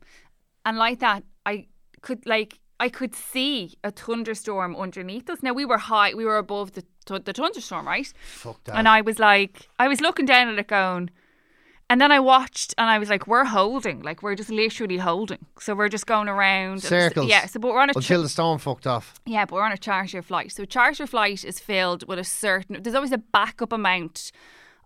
Speaker 2: And like that, I could like I could see a thunderstorm underneath us. Now we were high, we were above the thu- the thunderstorm, right? Fuck that. And I was like, I was looking down at it going, and then I watched, and I was like, we're holding, like we're just literally holding. So we're just going around and-
Speaker 3: Circles.
Speaker 2: Yeah. So but we're on a
Speaker 3: Until the storm fucked off.
Speaker 2: yeah, but we're on a charter flight. So a charter flight is filled with a certain. There's always a backup amount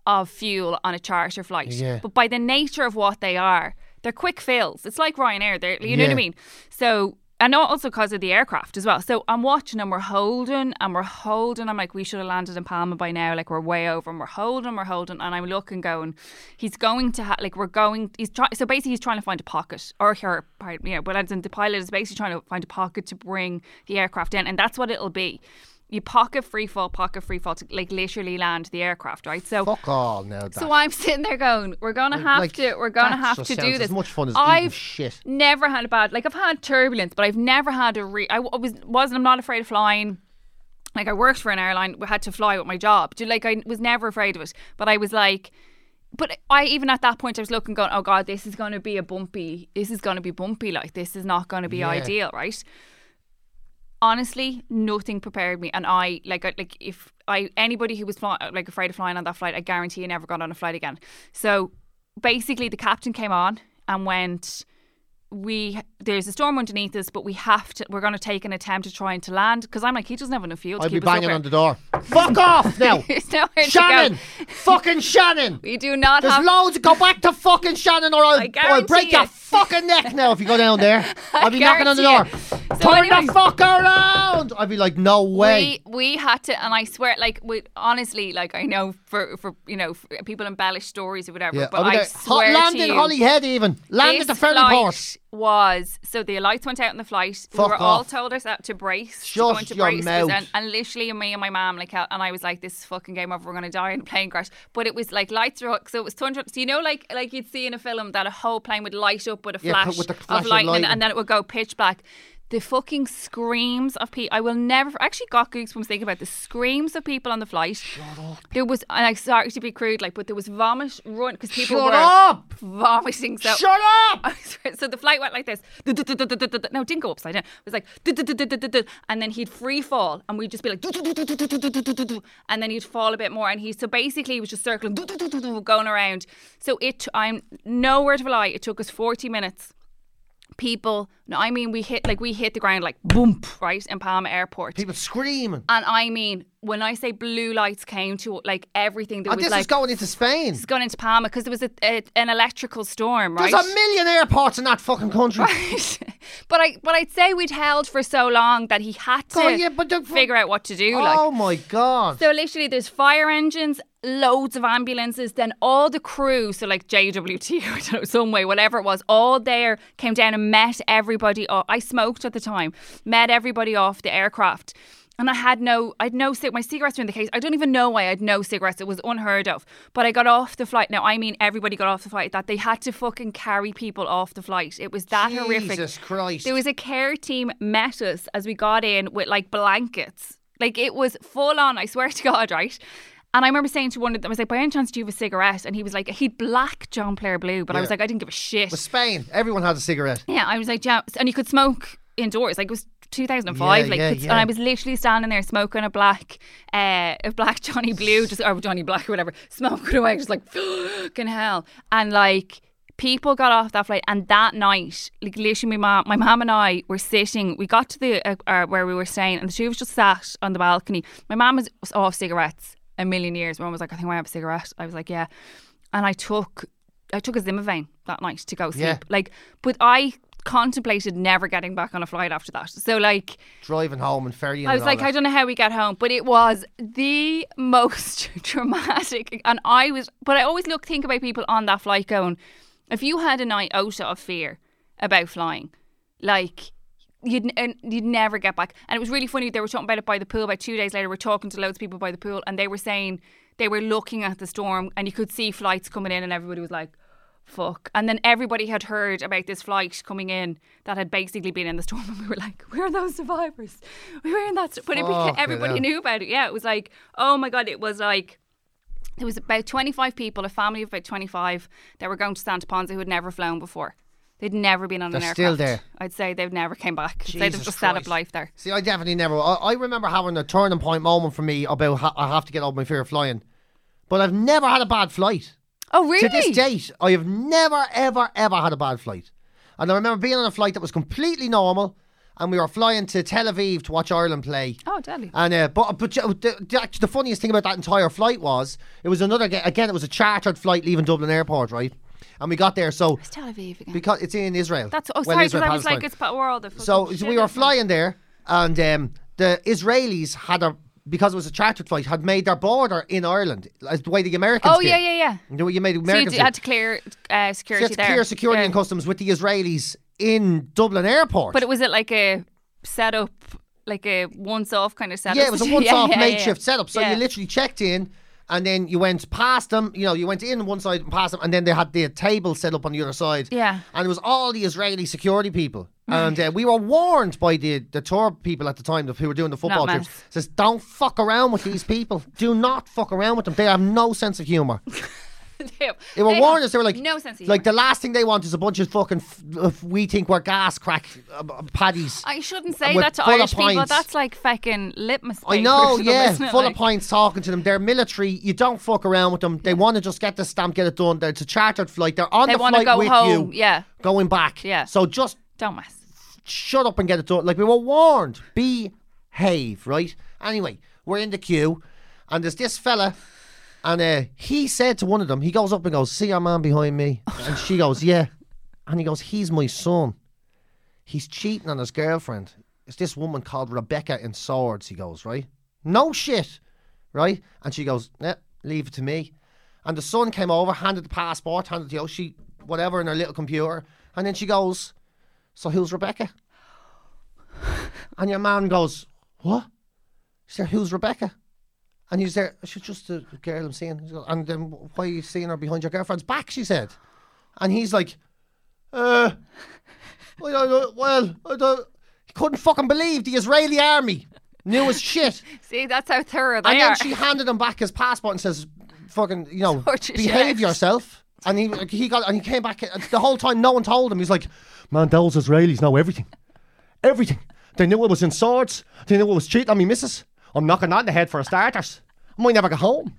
Speaker 2: of fuel on a charter flight.
Speaker 3: Yeah.
Speaker 2: But by the nature of what they are, they're quick fills. It's like Ryanair. They're, you know what
Speaker 3: Yeah.
Speaker 2: I mean? So. And al- also because of the aircraft as well. So I'm watching and we're holding and we're holding. I'm like, we should have landed in Palma by now. Like we're way over and we're holding, we're holding. And I'm looking, going, he's going to ha- like we're going. He's trying. So basically, he's trying to find a pocket or her. pardon, You know, but as in the pilot is basically trying to find a pocket to bring the aircraft in, and that's what it'll be. You pocket free fall, pocket free fall to like literally land the aircraft, right? So
Speaker 3: Fuck all now. That.
Speaker 2: so I'm sitting there going, we're gonna have
Speaker 3: like,
Speaker 2: to, we're gonna
Speaker 3: that
Speaker 2: have
Speaker 3: just
Speaker 2: to
Speaker 3: sounds
Speaker 2: do
Speaker 3: as
Speaker 2: this.
Speaker 3: much fun as eating
Speaker 2: I've
Speaker 3: shit.
Speaker 2: never had a bad, like I've had turbulence, but I've never had a re. I w- was wasn't. I'm not afraid of flying. Like I worked for an airline, we had to fly with my job. Do you- Like I was never afraid of it, but I was like. But I even at that point I was looking, going, "Oh God, this is going to be a bumpy. This is going to be bumpy. Like this is not going to be ideal, right?" honestly, nothing prepared me. And I like I- like if I anybody who was fly, like afraid of flying on that flight, I guarantee you never got on a flight again. So basically, the captain came on and went. We there's a storm underneath us, but we have to. We're going to take an attempt to try and to land because I'm like he doesn't have enough fuel. To
Speaker 3: I'd be
Speaker 2: keep
Speaker 3: banging
Speaker 2: us
Speaker 3: on the door. Fuck off now.
Speaker 2: There's nowhere
Speaker 3: Shannon!
Speaker 2: to
Speaker 3: fucking Shannon!
Speaker 2: go. We do not
Speaker 3: There's
Speaker 2: have.
Speaker 3: loads. Go back to fucking Shannon, or I'll,
Speaker 2: I
Speaker 3: or I'll break
Speaker 2: guarantee
Speaker 3: your
Speaker 2: it.
Speaker 3: fucking neck now if you go down there. I'll be knocking on the door.
Speaker 2: guarantee it. So
Speaker 3: Turn the
Speaker 2: anyway-
Speaker 3: fuck around! I'd be like, no way.
Speaker 2: We we had to, and I swear, like we, honestly, like I know for for you know for people embellish stories or whatever,
Speaker 3: yeah,
Speaker 2: but
Speaker 3: I'll be
Speaker 2: I
Speaker 3: there.
Speaker 2: swear
Speaker 3: Ho- landed
Speaker 2: to you,
Speaker 3: Hollyhead even. Landed the
Speaker 2: this
Speaker 3: ferry
Speaker 2: flight
Speaker 3: port.
Speaker 2: was so the lights went out on the flight.
Speaker 3: Fuck
Speaker 2: we were all
Speaker 3: off.
Speaker 2: told ourselves to brace, to
Speaker 3: Shut
Speaker 2: go into
Speaker 3: your
Speaker 2: braces,
Speaker 3: mouth.
Speaker 2: and, and literally me and my mom like, hell- and I was like, "This is fucking game over. We're gonna die in a plane crash." But it was like lights were so it was thunder. So you know, like like you'd see in a film that a whole plane would light up with a
Speaker 3: Yeah,
Speaker 2: flash,
Speaker 3: with the flash
Speaker 2: of
Speaker 3: of
Speaker 2: lightning,
Speaker 3: lightning.
Speaker 2: and then it would go pitch black. The fucking screams of people. I will never. I actually got goosebumps thinking about the screams of people on the flight. Shut up. There was, and I sorry to be crude, like, but there was vomit run because people
Speaker 3: Shut
Speaker 2: were
Speaker 3: up!
Speaker 2: vomiting. So
Speaker 3: Shut up!
Speaker 2: I swear- so the flight went like this. No, it didn't go upside down. It was like, and then he'd free fall, and we'd just be like, and then he'd fall a bit more. And he, so basically, he was just circling, going around. So it, I'm nowhere to lie, it took us 40 minutes. People, no, I mean, we hit, like, we hit the ground like, boom, right, in Palma Airport.
Speaker 3: People screaming.
Speaker 2: and I mean, when I say blue lights came to like everything, there
Speaker 3: And
Speaker 2: was
Speaker 3: Ah, this
Speaker 2: like
Speaker 3: is going into Spain.
Speaker 2: it's gone into Palma because there was a, a, an electrical storm, right?
Speaker 3: There's a million airports in that fucking country.
Speaker 2: but I but I'd say we'd held for so long that he had to
Speaker 3: Oh, yeah, but the-
Speaker 2: figure out what to do.
Speaker 3: Oh
Speaker 2: Like
Speaker 3: my god.
Speaker 2: so literally there's fire engines, loads of ambulances, then all the crew, so like JWT or I don't know, some way, whatever it was, all there came down and met everybody off. I smoked at the time, met everybody off the aircraft. And I had no, I'd no, cig- my cigarettes were in the case. I don't even know why I had no cigarettes. It was unheard of. But I got off the flight. Now, I mean, everybody got off the flight that they had to fucking carry people off the flight. It was that horrific.
Speaker 3: Jesus Christ.
Speaker 2: There was a care team met us as we got in with like blankets. Like it was full on, I swear to God, right? And I remember saying to one of them, I was like, by any chance do you have a cigarette? And he was like, he'd black John Player Blue, but I was like, I didn't give a shit.
Speaker 3: With Spain, everyone had a cigarette.
Speaker 2: Yeah, I was like, yeah, and you could smoke indoors. Like it was 2005,
Speaker 3: Yeah,
Speaker 2: like,
Speaker 3: yeah,
Speaker 2: it's-
Speaker 3: yeah.
Speaker 2: and I was literally standing there smoking a black, uh, a black Johnny Blue, just or Johnny Black or whatever, smoking away, just like fucking hell, and like People got off that flight, and that night, like literally, my mom, my mom and I were sitting. We got to the uh, uh, where we were staying, and the two of us just sat on the balcony. My mom was was off cigarettes a million years. My mom was like, "I think I have a cigarette." I was like, "Yeah," and I took I took a Zimavane that night to go sleep.
Speaker 3: Yeah.
Speaker 2: Like, but I contemplated never getting back on a flight after that. So like.
Speaker 3: Driving home and ferrying.
Speaker 2: I
Speaker 3: and
Speaker 2: was
Speaker 3: all
Speaker 2: like,
Speaker 3: that.
Speaker 2: I don't know how we got home, but it was the most dramatic. And I was, but I always look think about people on that flight going, if you had an iota of fear about flying, like you'd n- and you'd never get back. And it was really funny. They were talking about it by the pool. About two days later, we we're talking to loads of people by the pool, and they were saying they were looking at the storm, and you could see flights coming in, and everybody was like. Fuck. And then everybody had heard about this flight coming in that had basically been in the storm. And we were like, where are those survivors? We were in that. St-. But it beca-
Speaker 3: Fucking
Speaker 2: everybody
Speaker 3: hell.
Speaker 2: knew about it. Yeah, it was like, oh my God, it was like, there was about 25 people, a family of about 25 that were going to Santa Ponsa who had never flown before. They'd never been on an
Speaker 3: They're
Speaker 2: aircraft.
Speaker 3: still there.
Speaker 2: I'd say they've never came back. They'd have
Speaker 3: Jesus
Speaker 2: just set up
Speaker 3: Christ.
Speaker 2: life there.
Speaker 3: See, I definitely never. I, I remember having a turning point moment for me about ha- I have to get over my fear of flying, but I've never had a bad flight.
Speaker 2: Oh,
Speaker 3: To
Speaker 2: really?
Speaker 3: this date, I have never, ever, ever had a bad flight. And I remember being on a flight that was completely normal, and we were flying to Tel Aviv to watch Ireland play.
Speaker 2: Oh, deadly.
Speaker 3: And uh, but but you know, the, the, actually the funniest thing about that entire flight was it was another ga- again it was a chartered flight leaving Dublin Airport right, and we got there so
Speaker 2: It's Tel Aviv again.
Speaker 3: because it's in Israel.
Speaker 2: That's, oh,
Speaker 3: Well,
Speaker 2: sorry, because
Speaker 3: Israel,
Speaker 2: I was like,
Speaker 3: Palestine.
Speaker 2: it's part world. the fucking
Speaker 3: So,
Speaker 2: shit
Speaker 3: we were
Speaker 2: that's-
Speaker 3: flying there, and um, the Israelis had a because it was a chartered flight had made their border in Ireland as the way the Americans.
Speaker 2: Oh,
Speaker 3: did.
Speaker 2: yeah, yeah, yeah.
Speaker 3: You know, you made the
Speaker 2: So you
Speaker 3: Americans.
Speaker 2: d-
Speaker 3: did.
Speaker 2: had to clear uh,
Speaker 3: So
Speaker 2: security
Speaker 3: you had to
Speaker 2: there.
Speaker 3: clear security
Speaker 2: Yeah.
Speaker 3: and customs with the Israelis in Dublin Airport.
Speaker 2: But it was it like a setup, like a once off kind of setup?
Speaker 3: yeah, it was a
Speaker 2: situation?
Speaker 3: once off
Speaker 2: Yeah, yeah, yeah.
Speaker 3: makeshift setup. So
Speaker 2: Yeah.
Speaker 3: you literally checked in. And then you went past them, you know, you went in one side and past them, and then they had the table set up on the other side.
Speaker 2: Yeah.
Speaker 3: And it was all the Israeli security people. And uh, we were warned by the, the tour people at the time who were doing the football
Speaker 2: Not
Speaker 3: trips.
Speaker 2: maths.
Speaker 3: Says, don't fuck around with these people. Do not fuck around with them. They have no sense of humour.
Speaker 2: They,
Speaker 3: They were
Speaker 2: have
Speaker 3: warned us. They were like,
Speaker 2: no sense of
Speaker 3: like
Speaker 2: humour.
Speaker 3: the last thing they want is a bunch of fucking, f- f- we think we're gas crack uh, uh, paddies.
Speaker 2: I shouldn't say
Speaker 3: with
Speaker 2: that to
Speaker 3: Uh, full of
Speaker 2: Irish people.
Speaker 3: pints.
Speaker 2: That's like fucking litmus.
Speaker 3: I
Speaker 2: paper
Speaker 3: know,
Speaker 2: to them,
Speaker 3: yeah.
Speaker 2: isn't it?
Speaker 3: Full
Speaker 2: Like-
Speaker 3: of pints talking to them. They're military. You don't fuck around with them. They want to just get the stamp, get it done. They're, it's a chartered flight. They're on
Speaker 2: They
Speaker 3: the
Speaker 2: want to
Speaker 3: flight
Speaker 2: go
Speaker 3: with you,
Speaker 2: home. Yeah,
Speaker 3: going back.
Speaker 2: Yeah.
Speaker 3: So just
Speaker 2: don't mess.
Speaker 3: shut up and get it done. Like we were warned. Behave, right? Anyway, we're in the queue, and there's this fella, and uh, he said to one of them, he goes up and goes, "See our man behind me?" And she goes, "Yeah," and he goes, "He's my son. He's cheating on his girlfriend. It's this woman called Rebecca in Swords." He goes, "Right? No shit, right?" And she goes, "Yeah, leave it to me." And the son came over, handed the passport, handed the oh, she whatever in her little computer, and then she goes, "So who's Rebecca?" And your man goes, What? She said, Who's Rebecca? And you said, She's just a girl I'm seeing. She goes, And then why are you seeing her behind your girlfriend's back? She said. And he's like, Uh, well, I don't- well, I don't. He couldn't fucking believe the Israeli army knew his shit.
Speaker 2: See, that's how thorough they
Speaker 3: And
Speaker 2: are.
Speaker 3: then she handed him back his passport and says, "Fucking, you know,
Speaker 2: Sort your
Speaker 3: behave
Speaker 2: shit."
Speaker 3: yourself." And he he got and he came back and the whole time. No one told him. He's like, "Man, those Israelis know everything, everything. They knew it was in swords. They knew it was cheating on me, missus. I'm knocking on the head for a starters. I might never get home."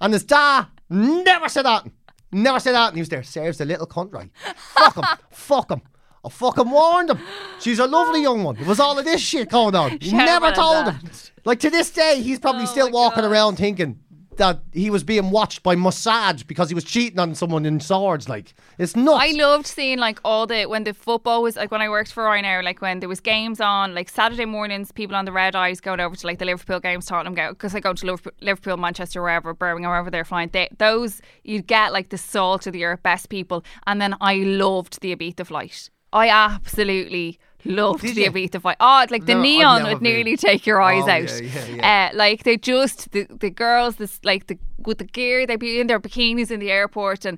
Speaker 3: And his dad never said that. Never said that. And he was there. Serves the little cunt right. Fuck him. Fuck him. I fucking warned him. She's a lovely young one. It was all of this shit going on. He
Speaker 2: Shout out
Speaker 3: never
Speaker 2: to
Speaker 3: told
Speaker 2: that.
Speaker 3: him. Like to this day, he's probably
Speaker 2: Oh
Speaker 3: still
Speaker 2: my
Speaker 3: walking
Speaker 2: God.
Speaker 3: around thinking that he was being watched by Mossad because he was cheating on someone in swords. Like it's nuts.
Speaker 2: I loved seeing like all the when the football was like when I worked for Ryanair, like when there was games on, like Saturday mornings, people on the red eyes going over to like the Liverpool games, Tottenham go because I go to Liverpool, Liverpool, Manchester, wherever, Birmingham, wherever they're flying. They, those you'd get like the salt of the earth, best people, and then I loved the Ibiza flight. I absolutely loved
Speaker 3: Did
Speaker 2: the
Speaker 3: you?
Speaker 2: Ibiza flight. Oh, it's like the
Speaker 3: No, I've
Speaker 2: neon
Speaker 3: never
Speaker 2: would
Speaker 3: been.
Speaker 2: nearly take your eyes
Speaker 3: Oh,
Speaker 2: out.
Speaker 3: yeah, yeah, yeah.
Speaker 2: Uh, like they just the, the girls this like the with the gear they'd be in their bikinis in the airport and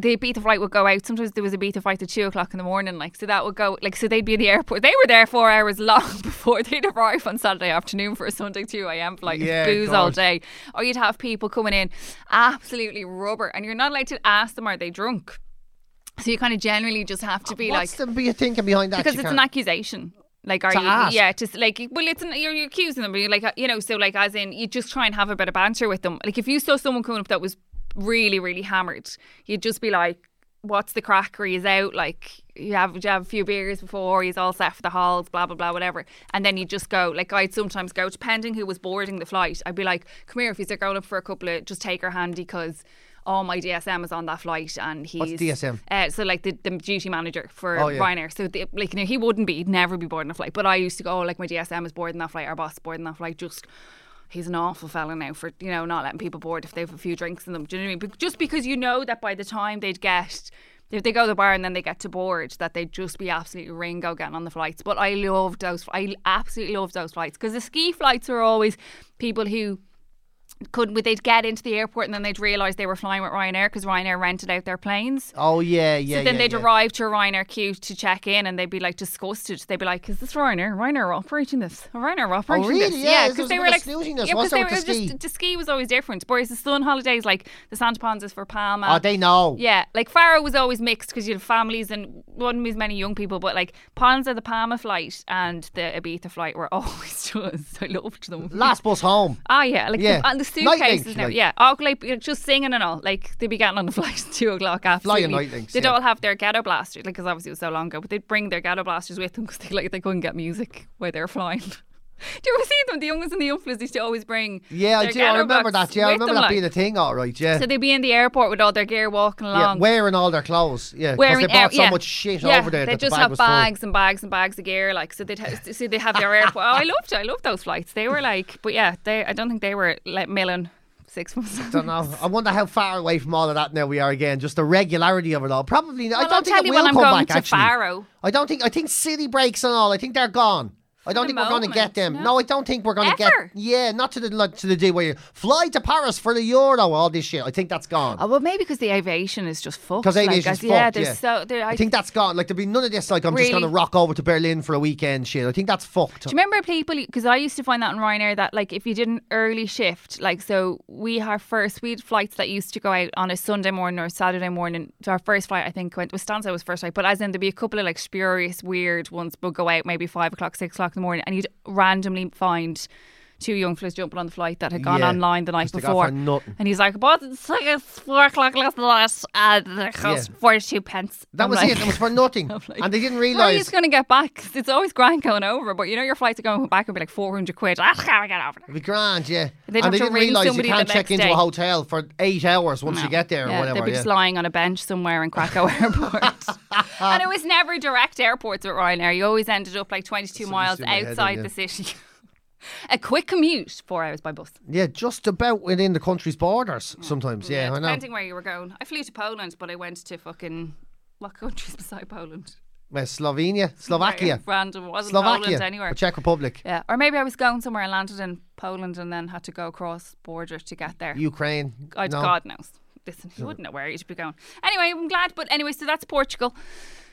Speaker 2: the Ibiza flight would go out. Sometimes there was a Ibiza flight at two o'clock in the morning, like so that would go like so they'd be in the airport. They were there four hours long before they'd arrive on Saturday afternoon for a Sunday two a.m. flight.
Speaker 3: Yeah,
Speaker 2: booze all
Speaker 3: God.
Speaker 2: day, or you'd have people coming in absolutely rubber, and you're not allowed to ask them are they drunk. So you kind of generally just have to be
Speaker 3: What's
Speaker 2: like
Speaker 3: the be thinking behind that?
Speaker 2: because
Speaker 3: you
Speaker 2: it's
Speaker 3: can't-
Speaker 2: an accusation. Like, are
Speaker 3: To
Speaker 2: you?
Speaker 3: ask.
Speaker 2: Yeah, just like well, it's an, you're, you're accusing them, but you're like uh, you know, so like as in you just try and have a bit of banter with them. Like if you saw someone coming up that was really really hammered, you'd just be like, what's the crack or he's out like you have you have a few beers before he's all set for the halls blah blah blah whatever and then you just go like I'd sometimes go depending who was boarding the flight I'd be like come here if he's there going up for a couple of just take her handy because all my DSM is on that flight and he's
Speaker 3: What's DSM?
Speaker 2: uh, so like the, the duty manager for
Speaker 3: Oh, yeah.
Speaker 2: Ryanair so the, like you know, he wouldn't be he'd never be boarding a flight but I used to go oh, like my DSM is boarding that flight our boss is boarding that flight just he's an awful fella now for you know not letting people board if they have a few drinks in them. Do you know what I mean? But just because you know that by the time they'd get if they go to the bar and then they get to board, that they'd just be absolutely Ringo getting on the flights. But I loved those. I absolutely loved those flights because the ski flights are always people who couldn't. They'd get into the airport and then they'd realise they were flying with Ryanair because Ryanair rented out their planes.
Speaker 3: Oh yeah, yeah.
Speaker 2: So then
Speaker 3: yeah,
Speaker 2: they'd
Speaker 3: yeah.
Speaker 2: arrive to a Ryanair queue to check in and they'd be like disgusted. They'd be like, Is this Ryanair? Ryanair are operating this. Ryanair are operating
Speaker 3: Oh, really?
Speaker 2: this.
Speaker 3: Yeah, there was a bit of snootiness,
Speaker 2: Yeah,
Speaker 3: wasn't
Speaker 2: because
Speaker 3: there,
Speaker 2: they
Speaker 3: with
Speaker 2: were
Speaker 3: the ski?
Speaker 2: just the ski was always different. Whereas the sun holidays, like the Santa Pons is for Palma.
Speaker 3: Oh, they know.
Speaker 2: Yeah, like Faro was always mixed because you had families and wasn't as many young people, but like Ponza, the Palma flight and the Ibiza flight were always just, I loved them.
Speaker 3: Last bus home.
Speaker 2: Ah, yeah, like
Speaker 3: Yeah.
Speaker 2: The, and the
Speaker 3: Night
Speaker 2: suitcases
Speaker 3: links,
Speaker 2: now,
Speaker 3: like.
Speaker 2: yeah, all like you know, just singing and all. Like they'd be getting on the flight at two o'clock. Absolutely,
Speaker 3: night links,
Speaker 2: They'd
Speaker 3: yeah.
Speaker 2: all have their ghetto blasters, like because obviously it was so long ago. But they'd bring their ghetto blasters with them because they like they couldn't get music while they were flying. do you ever see them? The youngest and the youngest used to always bring.
Speaker 3: Yeah, I
Speaker 2: their
Speaker 3: do. I
Speaker 2: ghetto
Speaker 3: remember
Speaker 2: blocks
Speaker 3: that. Yeah, I
Speaker 2: with
Speaker 3: remember
Speaker 2: them,
Speaker 3: that
Speaker 2: like.
Speaker 3: being a thing. All right. Yeah.
Speaker 2: So they'd be in the airport with all their gear walking
Speaker 3: yeah,
Speaker 2: along.
Speaker 3: wearing all their clothes, yeah, because they
Speaker 2: wearing
Speaker 3: bought
Speaker 2: air-
Speaker 3: so
Speaker 2: yeah.
Speaker 3: much shit
Speaker 2: Yeah,
Speaker 3: over there.
Speaker 2: They
Speaker 3: that the
Speaker 2: just
Speaker 3: bag
Speaker 2: have
Speaker 3: was full.
Speaker 2: bags and bags and bags of gear, like so. They'd ha- so they have their airport. Oh, I loved it. I loved those flights. They were like, but yeah, they. I don't think they were like milling six months.
Speaker 3: don't know. I wonder how far away from all of that now we are again. Just the regularity of it all. Probably. I
Speaker 2: Well,
Speaker 3: don't
Speaker 2: I'll
Speaker 3: think
Speaker 2: tell
Speaker 3: it
Speaker 2: you
Speaker 3: will
Speaker 2: when I'm
Speaker 3: come
Speaker 2: going
Speaker 3: back.
Speaker 2: to
Speaker 3: actually,
Speaker 2: Faro.
Speaker 3: I don't think. I think city breaks and all. I think they're gone. I don't
Speaker 2: the
Speaker 3: think we're going to get
Speaker 2: moment,
Speaker 3: them. No.
Speaker 2: no.
Speaker 3: I don't think we're going to get.
Speaker 2: Ever.
Speaker 3: Yeah, not to the like, to the day where you fly to Paris for the Euro. All this shit. I think that's gone.
Speaker 2: Oh well, maybe because the aviation is just fucked.
Speaker 3: Because
Speaker 2: like,
Speaker 3: aviation's
Speaker 2: as- yeah,
Speaker 3: fucked,
Speaker 2: there's
Speaker 3: yeah.
Speaker 2: so. There, I,
Speaker 3: I think that's gone. Like there'll be none of this. Like I'm just
Speaker 2: Really?
Speaker 3: going to rock over to Berlin for a weekend. Shit. I think that's fucked.
Speaker 2: Do you remember people? Because I used to find that in Ryanair that like if you did an early shift, like so we our first we had flights that used to go out on a Sunday morning or a Saturday morning. So our first flight I think went was Stansted was first flight, but as in there'd be a couple of like spurious weird ones would go out maybe five o'clock, six o'clock in the morning, and you'd randomly find. Two young fellas jumping on the flight that had gone
Speaker 3: Yeah,
Speaker 2: online the night
Speaker 3: just to go for
Speaker 2: before,
Speaker 3: nothing.
Speaker 2: and he's like, "But it's like it's four o'clock last night, and it cost
Speaker 3: Yeah.
Speaker 2: forty-two pence."
Speaker 3: That
Speaker 2: I'm
Speaker 3: was
Speaker 2: like-
Speaker 3: it. It was for nothing,
Speaker 2: like,
Speaker 3: and they didn't
Speaker 2: how are you
Speaker 3: realize.
Speaker 2: just going to get back? 'Cause It's always grand going over, but you know your flights are going back and be like 400 quid. That's how I get over there.
Speaker 3: It'd be grand, yeah.
Speaker 2: And
Speaker 3: and
Speaker 2: they'd have
Speaker 3: they
Speaker 2: to
Speaker 3: didn't
Speaker 2: ring
Speaker 3: realise you
Speaker 2: somebody the
Speaker 3: can't check
Speaker 2: next
Speaker 3: into a
Speaker 2: day.
Speaker 3: hotel for eight hours once you
Speaker 2: No.
Speaker 3: get there
Speaker 2: yeah,
Speaker 3: or whatever.
Speaker 2: They'd be
Speaker 3: yeah.
Speaker 2: just lying on a bench somewhere in Krakow airport. and it was never direct airports at Ryanair. You always ended up like 22 miles
Speaker 3: in my head,
Speaker 2: outside
Speaker 3: yeah.
Speaker 2: the city. a quick commute, four hours by bus.
Speaker 3: Yeah, just about within the country's borders sometimes.
Speaker 2: Mm.
Speaker 3: Yeah, I know.
Speaker 2: Depending where you were going. I flew to Poland, but I went to fucking. What countries beside Poland?
Speaker 3: Well, Slovenia, Slovakia,
Speaker 2: Random. Wasn't
Speaker 3: Slovakia,
Speaker 2: Poland anywhere.
Speaker 3: or Czech Republic,
Speaker 2: Yeah, or maybe I was going somewhere and landed in Poland and then had to go across border to get there.
Speaker 3: Ukraine.
Speaker 2: God,
Speaker 3: no.
Speaker 2: God knows. Listen, he wouldn't know where he'd be going. Anyway, I'm glad. But anyway, so that's Portugal.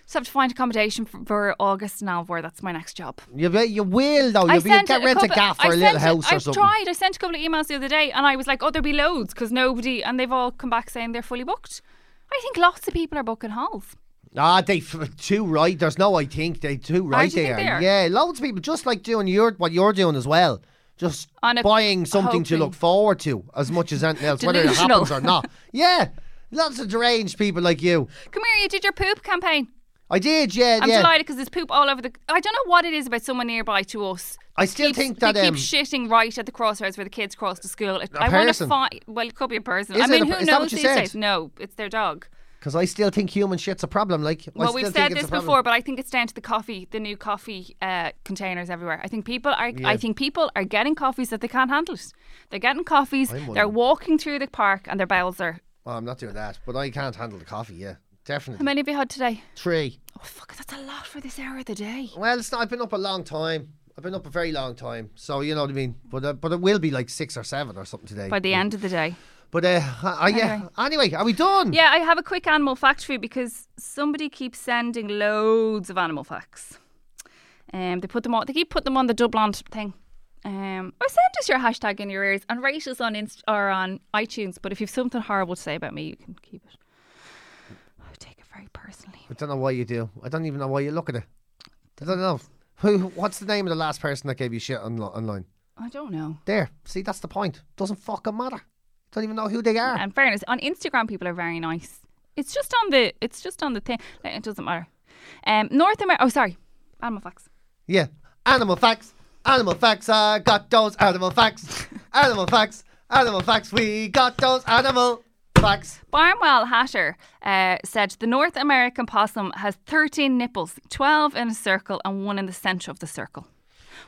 Speaker 2: Just have to find accommodation for, for August and Alvor. That's my next job.
Speaker 3: You, be- you will though. You'll be, you
Speaker 2: sent
Speaker 3: get
Speaker 2: a
Speaker 3: rent a
Speaker 2: couple-
Speaker 3: gaff or
Speaker 2: I
Speaker 3: a little
Speaker 2: sent
Speaker 3: house or
Speaker 2: I've
Speaker 3: something.
Speaker 2: tried. I sent a couple of emails the other day and I was like, oh, there'll be loads because nobody, and they've all come back saying they're fully booked. I think lots of people are booking halls.
Speaker 3: Ah, they f- too right. There's no, I think they too right.
Speaker 2: do you
Speaker 3: they,
Speaker 2: think
Speaker 3: are.
Speaker 2: they
Speaker 3: Yeah, loads of people just like doing your what you're doing as well. Just
Speaker 2: On a-
Speaker 3: buying something to
Speaker 2: hoping.
Speaker 3: look forward to as much as anything else, whether it
Speaker 2: Delusional.
Speaker 3: happens or not. Yeah, lots of deranged people like you.
Speaker 2: Come here, you did your poop campaign.
Speaker 3: I did, yeah,
Speaker 2: I'm
Speaker 3: yeah.
Speaker 2: delighted because there's poop all over the. I don't know what it is about someone nearby to us.
Speaker 3: I still
Speaker 2: keeps-
Speaker 3: think that
Speaker 2: they
Speaker 3: um,
Speaker 2: keep shitting right at the crossroads where the kids cross to school. It- I want to
Speaker 3: person?
Speaker 2: find. Well, it could be a person.
Speaker 3: Is
Speaker 2: I
Speaker 3: it
Speaker 2: mean,
Speaker 3: a-
Speaker 2: who
Speaker 3: is that what
Speaker 2: knows
Speaker 3: you
Speaker 2: these
Speaker 3: said?
Speaker 2: days? No, it's their dog.
Speaker 3: because I still think human shit's a problem. Like, I
Speaker 2: well,
Speaker 3: still
Speaker 2: we've
Speaker 3: think
Speaker 2: said
Speaker 3: it's
Speaker 2: this
Speaker 3: a problem.
Speaker 2: before, but I think it's down to the coffee, the new coffee uh, containers everywhere. I think people are. I think people are getting coffees that they can't handle. It. They're getting coffees.
Speaker 3: I'm one
Speaker 2: They're
Speaker 3: of them.
Speaker 2: walking through the park and their bowels are.
Speaker 3: Well, I'm not doing that, but I can't handle the coffee. Yeah, definitely
Speaker 2: How many have you had today?
Speaker 3: three.
Speaker 2: Oh fuck, that's a lot for this hour of the day.
Speaker 3: Well, it's not, I've been up a long time. I've been up a very long time, so you know what I mean. But uh, but it will be like six or seven or something today.
Speaker 2: By the end of the day.
Speaker 3: But uh, I, I- yeah. Anyway, are we done?
Speaker 2: Yeah, I have a quick animal fact for you because somebody keeps sending loads of animal facts. Um, they put them on. They keep putting them on the Dublin thing. Um, or send us your hashtag in your ears and rate us on Inst- or on iTunes. But if you've something horrible to say about me, you can keep it. I take it very personally.
Speaker 3: I don't know why you do. I don't even know why you look at it. I don't know. Who? What's the name of the last person that gave you shit on, online?
Speaker 2: I don't know.
Speaker 3: There. See, that's the point. Doesn't fucking matter. Don't even know who they are.
Speaker 2: And fairness, on Instagram, people are very nice. It's just on the. It's just on the thing. Like, It doesn't matter. Um, North America. Oh, sorry. Animal facts.
Speaker 3: Yeah. Animal facts. Animal facts. I got those animal facts. Animal facts. Animal facts. We got those animal facts.
Speaker 2: Barnwell Hatter uh, said the North American possum has 13 nipples, 12 in a circle and one in the centre of the circle.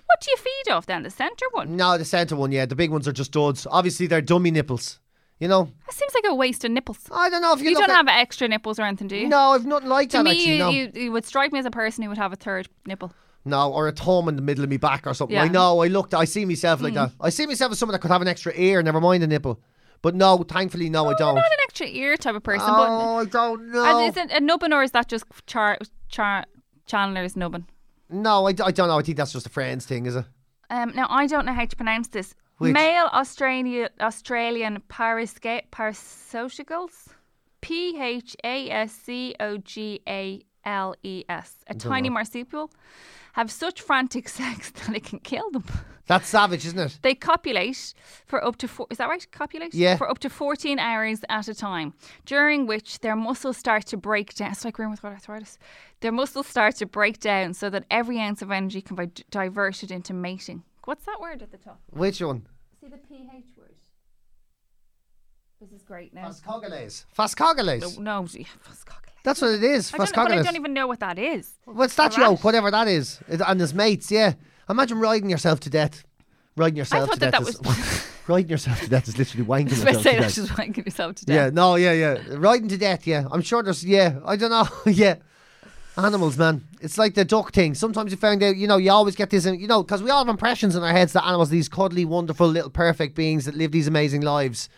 Speaker 2: What do you feed off then? The centre one?
Speaker 3: No, the centre one, yeah. The big ones are just duds. Obviously, they're dummy nipples. You know?
Speaker 2: That seems like a waste of nipples.
Speaker 3: I don't know if you,
Speaker 2: you
Speaker 3: look
Speaker 2: don't
Speaker 3: at-
Speaker 2: have extra nipples or anything, do you?
Speaker 3: No, I've nothing like
Speaker 2: To
Speaker 3: that,
Speaker 2: me,
Speaker 3: actually.
Speaker 2: you,
Speaker 3: no.
Speaker 2: you, you would strike me as a person who would have a third nipple.
Speaker 3: No, or a thumb in the middle of my back or something.
Speaker 2: Yeah. Mm.
Speaker 3: I know, I looked, I see myself like that. I see myself as someone that could have an extra ear, never mind a nipple. But no, thankfully, no, I
Speaker 2: I'm
Speaker 3: don't.
Speaker 2: not an extra ear type of person,
Speaker 3: oh, I don't
Speaker 2: but
Speaker 3: know.
Speaker 2: and is it a nubbin or is that just char, char, Chandler's nubbin?
Speaker 3: No, I, d- I don't know. I think that's just a friend's thing, is it?
Speaker 2: Um, now I don't know how to pronounce this.
Speaker 3: Which?
Speaker 2: Male Australia, Australian parasca- parasocigals, P H A S C O G A L E S, a tiny marsupial, have such frantic sex that it can kill them.
Speaker 3: That's savage, isn't it?
Speaker 2: They copulate for up to four. Is that right? Copulate.
Speaker 3: Yeah.
Speaker 2: For up to fourteen hours at a time, during which their muscles start to break down. It's like rheumatoid arthritis. Their muscles start to break down, so that every ounce of energy can be d- diverted into mating. What's that word at the top?
Speaker 3: Which one?
Speaker 2: See the pH word. This is great now. Oh,
Speaker 3: Fascogales. Fascogales.
Speaker 2: No, gee, fascogales.
Speaker 3: That's what it is.
Speaker 2: I don't know, but I
Speaker 3: Fascogales.
Speaker 2: don't even know what that is.
Speaker 3: What's that
Speaker 2: Rat.
Speaker 3: yoke? Whatever that is. It- And his mates, yeah. Imagine riding yourself to death. Riding yourself
Speaker 2: thought
Speaker 3: to
Speaker 2: that
Speaker 3: death.
Speaker 2: that
Speaker 3: is-
Speaker 2: was-
Speaker 3: riding yourself to death is literally wanking
Speaker 2: I
Speaker 3: yourself to
Speaker 2: say
Speaker 3: death.
Speaker 2: that's just wanking yourself to
Speaker 3: Yeah,
Speaker 2: death.
Speaker 3: no, yeah, yeah. Riding to death, yeah. I'm sure there's, yeah, I don't know, yeah. Animals, man. It's like the duck thing. Sometimes you find out, you know, you always get this, in, you know, because we all have impressions in our heads that animals are these cuddly, wonderful, little, perfect beings that live these amazing lives.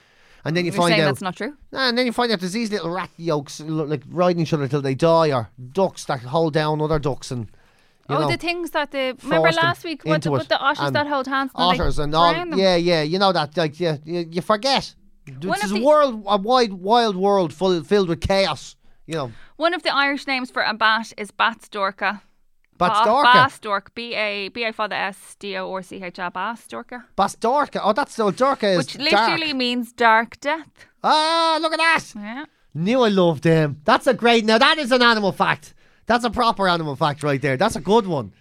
Speaker 3: And then you
Speaker 2: You're
Speaker 3: find
Speaker 2: saying
Speaker 3: out.
Speaker 2: that's not true.
Speaker 3: Nah, Ah, and then you find out there's these little rat yolks lo- like riding each other till they die, or ducks that hold down other ducks and. You
Speaker 2: oh,
Speaker 3: know,
Speaker 2: the things that the remember
Speaker 3: force them
Speaker 2: last week what the,
Speaker 3: into
Speaker 2: what
Speaker 3: it.
Speaker 2: the otters
Speaker 3: And
Speaker 2: that hold hands and they
Speaker 3: otters and all.
Speaker 2: drown them.
Speaker 3: Yeah, yeah, you know that. Like, yeah, you, you forget.
Speaker 2: One
Speaker 3: This
Speaker 2: of
Speaker 3: is a
Speaker 2: the-
Speaker 3: world, a wide, wild world full filled with chaos. You know,
Speaker 2: One of the Irish names for a bat is batstorka.
Speaker 3: Bastorka,
Speaker 2: Bastork. B A B A father S D O R C H A Bastorka.
Speaker 3: Bastorka. Oh, that's so Dorka is
Speaker 2: Which
Speaker 3: dark.
Speaker 2: literally means dark death.
Speaker 3: Ah, look at that.
Speaker 2: Yeah.
Speaker 3: Knew I loved him. That's a great. Now that is an animal fact. That's a proper animal fact right there. That's a good one.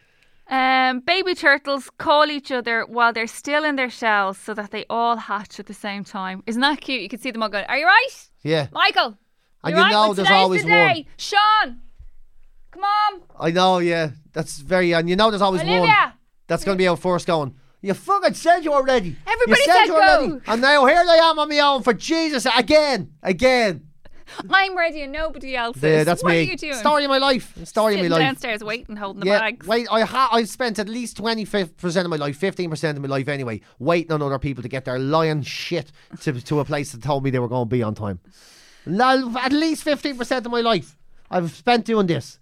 Speaker 2: Um, baby turtles call each other while they're still in their shells so that they all hatch at the same time. Isn't that cute? You can see them all going, Are you right?
Speaker 3: Yeah,
Speaker 2: Michael!
Speaker 3: And
Speaker 2: you
Speaker 3: you
Speaker 2: right?
Speaker 3: know
Speaker 2: Well,
Speaker 3: there's
Speaker 2: today's
Speaker 3: always
Speaker 2: the day. Sean! Come on!
Speaker 3: I know. Yeah, that's very. And you know, there's always one.
Speaker 2: Olivia!
Speaker 3: That's going to be our first going. You fucking said you already.
Speaker 2: Everybody
Speaker 3: you said,
Speaker 2: said
Speaker 3: you
Speaker 2: go."
Speaker 3: already. And now here I am on my own for Jesus again, again.
Speaker 2: I'm ready and nobody else
Speaker 3: Yeah,
Speaker 2: is.
Speaker 3: that's
Speaker 2: what
Speaker 3: me.
Speaker 2: are you doing?
Speaker 3: Story of my life. Story
Speaker 2: Sitting
Speaker 3: of my life.
Speaker 2: downstairs waiting, holding the
Speaker 3: yeah,
Speaker 2: bags.
Speaker 3: wait. I ha- I've spent at least twenty five percent of my life, fifteen percent of my life anyway, waiting on other people to get their lion shit to to a place that told me they were going to be on time. Lo- At least fifteen percent of my life, I've spent doing this.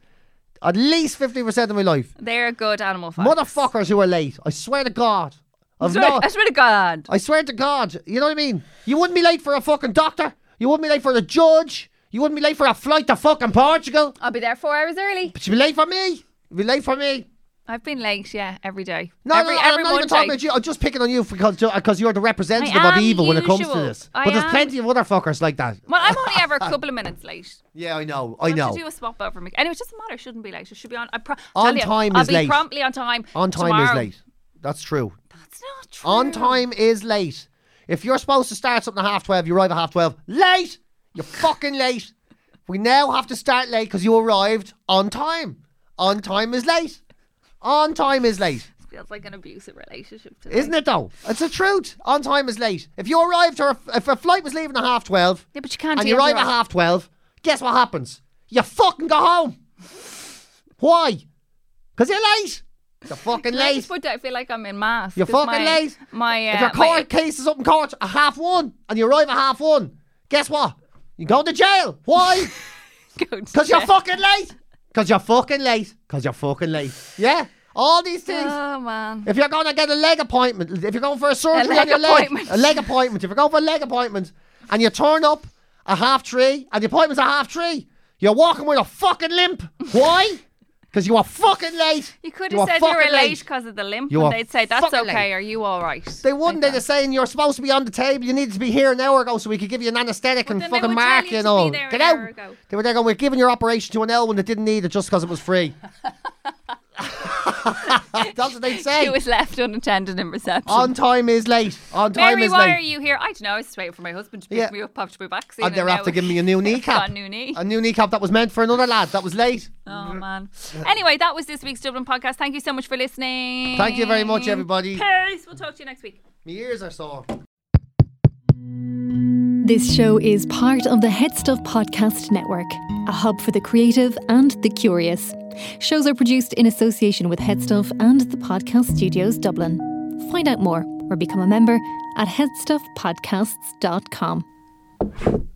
Speaker 3: At least fifteen percent of my life,
Speaker 2: They're good animal facts.
Speaker 3: motherfuckers who are late. I swear to God, I've
Speaker 2: Swear-
Speaker 3: no.
Speaker 2: I swear to God.
Speaker 3: I swear to God, you know what I mean? You wouldn't be late for a fucking doctor. You wouldn't be late for a judge. You wouldn't be late for a flight to fucking Portugal.
Speaker 2: I'll be there four hours early.
Speaker 3: But you'd be late for me. You'd be late for me.
Speaker 2: I've been late, yeah, every day.
Speaker 3: No,
Speaker 2: every,
Speaker 3: no, no,
Speaker 2: every
Speaker 3: I'm not even
Speaker 2: Monday.
Speaker 3: talking about you. I'm just picking on you because because you're the representative
Speaker 2: I
Speaker 3: of
Speaker 2: am
Speaker 3: evil when it comes to
Speaker 2: usual.
Speaker 3: this.
Speaker 2: I
Speaker 3: but there's
Speaker 2: am.
Speaker 3: plenty of other fuckers like that.
Speaker 2: Well, I'm only ever a couple of minutes late.
Speaker 3: Yeah, I know. I
Speaker 2: I have
Speaker 3: know.
Speaker 2: to do a swap over. Me. Anyway, it doesn't matter. It shouldn't be late. It should be on. I pro-
Speaker 3: On
Speaker 2: tell you,
Speaker 3: time
Speaker 2: I'll
Speaker 3: is
Speaker 2: be
Speaker 3: late.
Speaker 2: promptly on time.
Speaker 3: On time is
Speaker 2: tomorrow.
Speaker 3: late. That's true.
Speaker 2: That's not true.
Speaker 3: On time is late. If you're supposed to start something at half twelve, you arrive at half twelve. Late. You're fucking late. We now have to start late because you arrived on time. On time is late. On time is late.
Speaker 2: It feels like an abusive relationship. Today.
Speaker 3: Isn't it though? It's the truth. On time is late. If you arrived or if- if a flight was leaving at half twelve,
Speaker 2: Yeah, but you can't.
Speaker 3: and
Speaker 2: do
Speaker 3: you arrive at
Speaker 2: everyone.
Speaker 3: half twelve, guess what happens? You fucking go home. Why? Because you're late. You're fucking
Speaker 2: Can I just
Speaker 3: late.
Speaker 2: put that- I feel like I'm in mass.
Speaker 3: You're
Speaker 2: 'cause
Speaker 3: fucking
Speaker 2: my,
Speaker 3: late.
Speaker 2: My, uh,
Speaker 3: if your
Speaker 2: my-
Speaker 3: court case is up in court at half one and you arrive at half one, guess what? You go to jail. Why?
Speaker 2: Go to
Speaker 3: Because you're
Speaker 2: jail.
Speaker 3: fucking late. Because you're fucking late. Because you're fucking late. Yeah? All these things.
Speaker 2: Oh man.
Speaker 3: If you're going to get a leg appointment, if you're going for a surgery
Speaker 2: leg
Speaker 3: on your leg,
Speaker 2: appointment.
Speaker 3: a leg appointment, if you're going for a leg appointment and you turn up at half three and the appointment's at half three, you're walking with a fucking limp. Why? Because you are fucking late.
Speaker 2: You could have said you were
Speaker 3: fucking
Speaker 2: late because of the limp,
Speaker 3: You
Speaker 2: and
Speaker 3: are
Speaker 2: they'd say, That's
Speaker 3: fucking
Speaker 2: okay,
Speaker 3: late."
Speaker 2: are you all right?
Speaker 3: They wouldn't.
Speaker 2: Like
Speaker 3: They're just
Speaker 2: that.
Speaker 3: saying you're supposed to be on the table. You needed to be here an hour ago so we could give you an anaesthetic
Speaker 2: But
Speaker 3: and
Speaker 2: then they
Speaker 3: fucking
Speaker 2: would tell
Speaker 3: mark
Speaker 2: you
Speaker 3: you and
Speaker 2: to be
Speaker 3: all.
Speaker 2: there an
Speaker 3: Get
Speaker 2: hour
Speaker 3: out.
Speaker 2: ago.
Speaker 3: They were there going, we're giving your operation to an L when it didn't need it just because it was free. That's what they'd
Speaker 2: She
Speaker 3: say.
Speaker 2: was left unattended in reception.
Speaker 3: On time is late. On time
Speaker 2: Mary,
Speaker 3: is
Speaker 2: why
Speaker 3: late.
Speaker 2: are you here? I don't know. I was just waiting for my husband to pick
Speaker 3: Yeah.
Speaker 2: me up after my vaccine.
Speaker 3: and they're after
Speaker 2: now-
Speaker 3: giving me a new kneecap.
Speaker 2: Got a new knee.
Speaker 3: A new kneecap that was meant for another lad that was late.
Speaker 2: Oh, man. Anyway, that was this week's Dublin podcast. Thank you so much for listening.
Speaker 3: Thank you very much, everybody.
Speaker 2: Peace. We'll talk to you next week.
Speaker 3: My ears are sore.
Speaker 1: This show is part of the Head Stuff Podcast Network, a hub for the creative and the curious. Shows are produced in association with Headstuff and the Podcast Studios Dublin. Find out more or become a member at headstuffpodcasts.com.